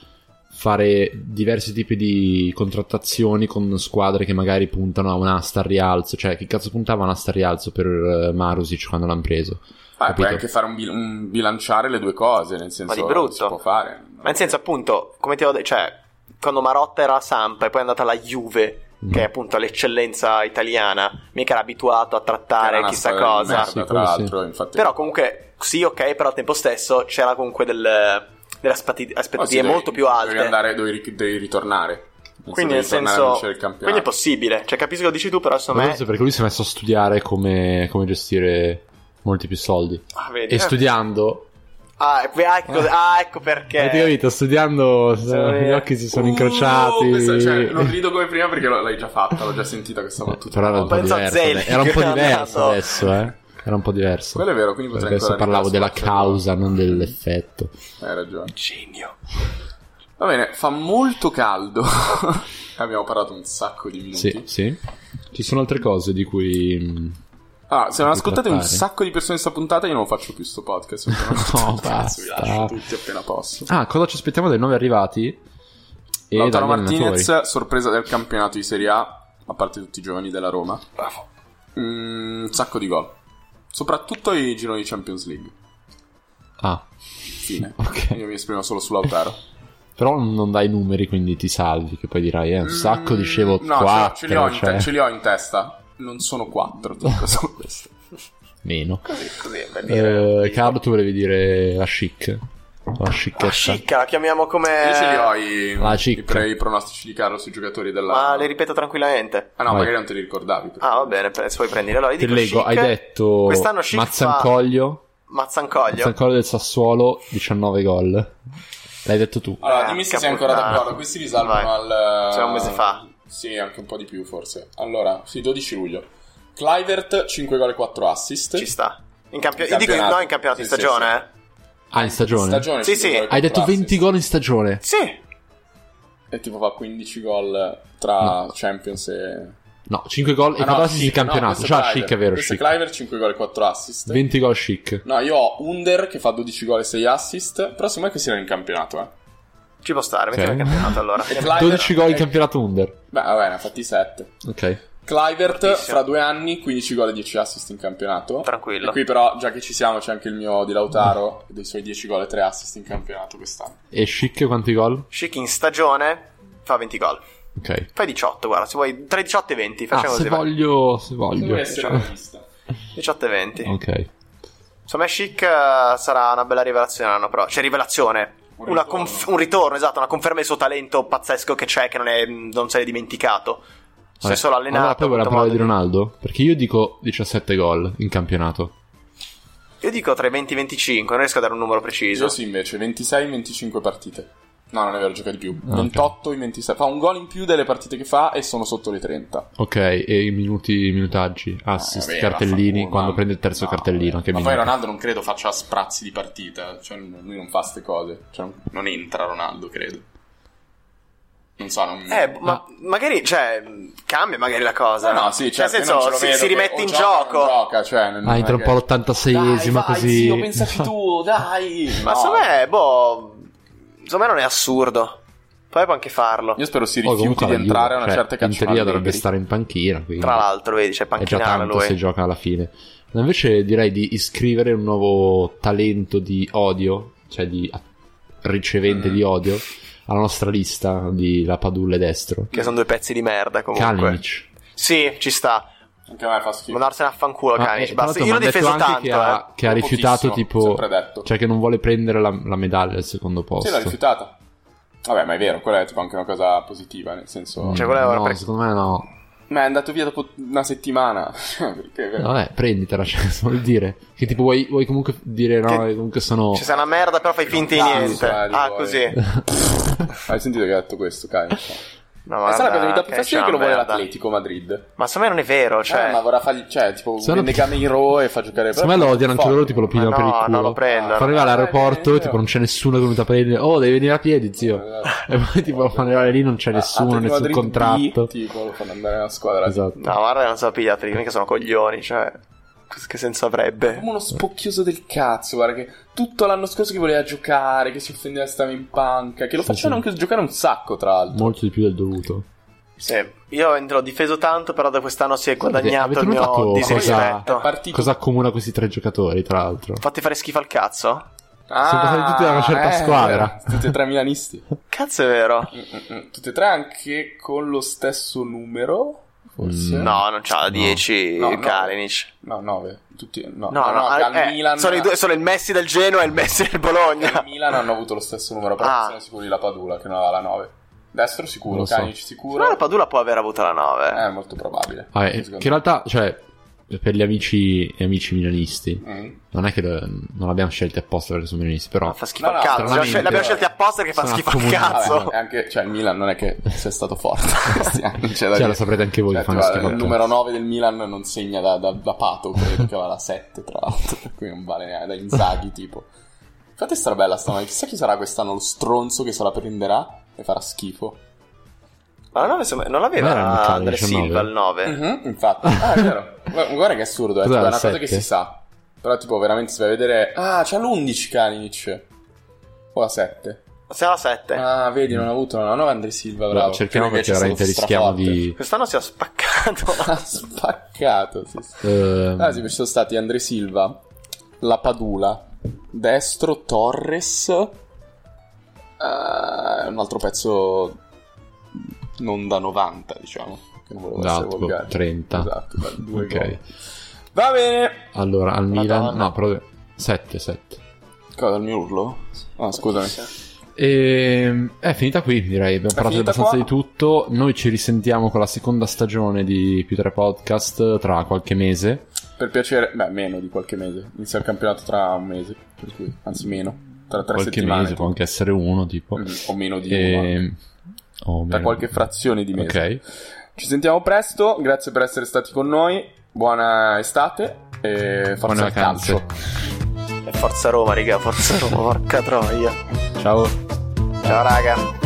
fare diversi tipi di contrattazioni con squadre che magari puntano a un'asta al rialzo. Cioè, chi cazzo puntava un'asta al rialzo per eh, Marusic quando l'hanno preso? Ah, Capito. puoi anche fare un, bil- un bilanciare le due cose, nel senso di brutto. si può fare. Ma nel senso, appunto, come ti ho detto, cioè, quando Marotta era la Samp e poi è andata alla Juve, Mm. che è appunto l'eccellenza italiana, mica era abituato a Era trattare una chissà storia di cosa. merda, Sì, tra quello sì. l'altro, infatti. Però comunque, sì, ok, però al tempo stesso c'era comunque del- delle aspetti- Però Oh, sì, aspettative devi- molto più alte. Devi, andare, devi, ri- devi ritornare. Nel Quindi nel devi tornare a senso, vincere il campionato. quindi è possibile. Cioè, capisco che lo dici tu, però secondo Ma me... forse perché lui si è messo a studiare come, come gestire molti più soldi. Ah, vedi. E studiando, Ah, ecco- ah, ecco, ah, ecco perché. avete capito? Studiando, Sì. Eh, gli occhi si sono Uh, incrociati. questa- cioè, non rido come prima perché lo- l'hai già fatta, l'ho già sentita questa battuta. Eh, Ecco, Però era un po' Penso a diverso, Zelig, dai. era un po' che era diverso andato. adesso, eh. Era un po' diverso. Quello è vero, quindi potrei adesso ancora parlavo della rimanere sulla causa, non dell'effetto. Hai ragione. Genio. Va bene, fa molto caldo. Abbiamo parlato un sacco di minuti. Sì, sì. Ci sono altre cose di cui... mm, mh, Ah, se non ascoltate un Trattare. sacco di persone in sta puntata, io non faccio più sto podcast. perché No, non- Cazzo, Vi basta. lascio tutti appena posso. Ah, cosa ci aspettiamo dai nuovi arrivati? E dagli Lautaro allenatori. Martinez, sorpresa del campionato di Serie A, a parte tutti i giovani della Roma. Mm, un sacco di gol. Soprattutto i gironi di Champions League. Ah, Fine. Ok. Io mi esprimo solo su Lautaro. però non dai numeri, quindi ti salvi, che poi dirai, eh, un sacco, Mm, dicevo, No, ce- quattro, ce, li ho in te- cioè, ce li ho in testa. Non sono quattro, dico solo questo. meno. Così, così, è per dire. Eh, Carlo, tu volevi dire la chic? La La scicchezza? scicca, Ah, la chiamiamo come. Io ce li ho i, La i cicca. pre- i pronostici di Carlo sui giocatori della... Ma le ripeto tranquillamente. Ah no, Vai. magari non te li ricordavi. perché- Ah, va bene, pre- se vuoi prendere. Allora, io Te dico leggo, Schick, hai detto Quest'anno Schick Mazzancoglio, fa Mazzancoglio. Mazzancoglio del Sassuolo, 19 gol. L'hai detto tu. Allora, Eh, dimmi se porca sei ancora puttana. d'accordo. Questi li salvano Vai. al. Cioè, un mese fa. Sì, anche un po' di più, forse. Allora, sì, 12 luglio. Clivert, 5 gol e 4 assist. Ci sta. In campio- In io dico campionato. no in campionato di Sì, sì, stagione, Ah, in stagione? Stagione, Sì, cinque sì. gol e Hai detto quattro 20 assist. gol in stagione? eh? Sì. E tipo fa 15 gol tra Champions e. No, 5 gol e Ah, no, 4 assist di Schick, campionato. no, questo Già, Clivert. chic è vero, Questo chic. è Clivert, 5 gol e 4 assist. 20 gol chic. No, io ho Under che fa 12 gol e 6 assist. Però sembra che sia in campionato, eh. Ci può stare, Ok. mettiamo in campionato allora. E Clivert- 12 gol in eh, campionato under. Beh, va bene, ha fatti 7. Ok. Clivert, Fortissimo. fra due anni, 15 gol e 10 assist in campionato. E Tranquillo. qui però, già che ci siamo, c'è anche il mio di Lautaro, dei suoi 10 gol e 3 assist in campionato quest'anno. E chic quanti gol? Schick in stagione fa 20 gol. Ok. Fai 18, guarda, se vuoi tra i 18 e i 20, Ah, facciamo se così. vai. voglio, se voglio. Deve essere una lista. 18 e 20. Ok. Secondo me Chic eh, sarà una bella rivelazione l'anno però. Cioè, rivelazione. Un Una ritorno. conf- un ritorno, esatto, una conferma del suo talento pazzesco che c'è, che non, è, non se l'è dimenticato. Se Vabbè. solo allenato. Allora, poi ha volevo avuto parlare di modo Ronaldo. Perché io dico 17 gol in campionato. di- Io dico tra i 20 e i 25, non riesco a dare un numero preciso. Io sì, invece, 26 in 25 partite. No, non è vero, gioca di più. Ah, ok. 28 in 26. Fa un gol in più delle partite che fa e sono sotto le 30. Ok, e i minuti, minutaggi, assist, Ah, vabbè, cartellini, vaffanculo, quando ma- prende il terzo no, cartellino. vabbè. Che ma minuti. poi Ronaldo non credo faccia sprazzi di eh. partita. Cioè, lui non fa ste cose. Cioè, non entra Ronaldo, credo. Non so, non... Eh, ma, Ma- magari, cioè, cambia magari la cosa. No, no, sì, certo, Nel io non senso, ce lo si, vedo si che rimette o in gioca o non gioco. gioca, cioè, non- Ah, non entra è un che- po' l'86esima Dai, vai, così. zio, pensaci tu, dai. Ma No. secondo me, boh, secondo me non è assurdo. Poi può anche farlo. Io spero si Poi Oh, comunque rifiuti di la Juve, entrare a una cioè, certa In canzone. teoria dovrebbe stare in panchina, quindi Tra l'altro, vedi, c'è è già panchinaro tanto lui. se gioca alla fine. Ma invece direi di iscrivere un nuovo talento di odio, cioè di a- ricevente Mm. di odio, alla nostra lista di La Padulle destro. Che sono due pezzi di merda comunque. Kalinic. Sì, ci sta. Anche a me fa schifo. Mandarsene a fanculo, Ah, Kalinic. eh, tra Basta. l'altro Io l'ho m'han detto difeso anche tanto, che ha, eh. che ha rifiutato Pochissimo, tipo... Sempre detto. Cioè che non vuole prendere la, la medaglia al secondo posto. Sì, l'ha rifiutata. Vabbè, ma è vero, quella è tipo anche una cosa positiva, nel senso... Cioè, quella è una Mm. no, pre- secondo me no. Ma è andato via dopo una settimana. Perché è Eh. vero. Vabbè, prenditela, cioè, cosa vuol dire? Che tipo vuoi, vuoi comunque dire no, eh, Che- comunque sono... Ci sei una merda, però fai finta di Ah, niente. sai, Ah, vuoi. così. Hai sentito che ha detto questo, Eh. Kai? Questa No, è la cosa che mi dà guarda, più fastidio che lo una vuole merda. l'Atletico Madrid. Ma secondo me non è vero, cioè. Eh, ma vorrà fargli... Cioè, tipo, Secondo vende me- Gamiro e fa giocare... Secondo me lo odiano anche Fuori. loro, tipo lo Ma pigliano per il no, culo. non lo prendono. Fa Fuori. arrivare Eh, all'aeroporto, vero. tipo non c'è nessuno che è venuto a prendere. Oh, devi venire a piedi, zio. esatto. E poi tipo lo fanno arrivare lì, non Ah, c'è nessuno, Atletico nessun Ah, Madrid contratto. B, tipo, lo fanno andare nella squadra. Esatto. No, guarda, non so pigliateli, mica sono coglioni, cioè. Che senso avrebbe? Come uno spocchioso del cazzo, guarda che tutto l'anno scorso che voleva giocare, che si offendeva e stava in panca, che lo Sì, facevano sì. anche giocare un sacco, tra l'altro. Molto di più del dovuto. Sì, io l'ho difeso tanto, però da quest'anno si è Guardate, guadagnato avete Eh, il mio notato disrispetto. È partito Cosa accomuna questi tre giocatori, tra l'altro? Fatti fare schifo al cazzo? Ah, eh, Sono passati tutti da una certa squadra. Tutti e tre milanisti. Cazzo è vero? Mm-mm-mm. Tutti e tre anche con lo stesso numero, forse? Mm. No, non c'ha la No. 10 No, no. Kalinic. No, nove. Tutti, no, No, no, al eh, Milan... sono, i due, sono il Messi del Genoa e il Messi del al Bologna. Milan hanno avuto lo stesso numero, però Ah. sono sicuri la Padula, che non aveva la 9. Destro sicuro, Non lo so. Canic Però sicuro. la Padula può aver avuto la 9. Eh, È molto probabile. Vabbè, Secondo che in realtà, cioè, per gli amici e amici milanisti, me. Mm. non è che lo- non l'abbiamo scelto apposta perché sono milanisti, però... Ma fa schifo No, al no, cazzo. L'abbiamo, stranamente. scel- l'abbiamo scelti apposta perché fa Sono schifo al accomunato. cazzo. Vabbè, anche, cioè, il Milan non è che sia stato forte. questi anni, c'è da Cioè, dire. lo saprete anche voi che Cioè, fanno tipo, schifo al il cazzo. numero 9 del Milan non segna da, da, da Pato, credo che va da 7, tra l'altro, per cui non vale neanche da Inzaghi, tipo. Infatti sarà bella sta notizia, chissà chi sarà quest'anno lo stronzo che se la prenderà e farà schifo. Ma la 9 sembra- non l'aveva Non era un Kalinic, Andre un nove? Silva il 9. Mhm, infatti. Ah, è vero. Gu- Guarda che assurdo, eh. Cos'era, tipo, è una sette? cosa che si sa. Però tipo veramente si va a vedere... Ah, c'ha l'11 Kalinic. O la 7. Siamo a 7. Ah, vedi, non ha avuto la 9 Andre Silva, bravo. Allora, Eh. cerchiamo Che invece perché è stato veramente rischiamo straforte. di... Quest'anno si è spaccato. Ha spaccato, sì, sì. ehm, Ah, sì, ci sono stati Andre Silva, La Padula, Destro, Torres. eh, un altro pezzo non da 90, diciamo. Che non volevo Da essere tipo volgare. 30. Esatto, da due Ok. gol. Va bene. Allora, al Milan... Madonna. No, però... 7, 7. Cosa, il mio urlo? Ah, scusami. E, è Eh, finita qui, direi. Abbiamo Ehm, È parlato finita abbastanza di qua. tutto. Noi ci risentiamo con la seconda stagione di Più 3 Podcast tra qualche mese. Per piacere, beh, meno di qualche mese. Inizia il campionato tra un mese, per cui, anzi meno, tra tre qualche settimane. mese, può anche essere uno, tipo. Ehm, oh, Mm, o meno di uno, anche. E... o tra meno. qualche frazione di mese. Ok. Ci sentiamo presto, grazie per essere stati con noi, buona estate e forza Buone al calcio. vacanze. Forza Roma, raga, forza Roma, porca troia. Ciao. Ciao raga.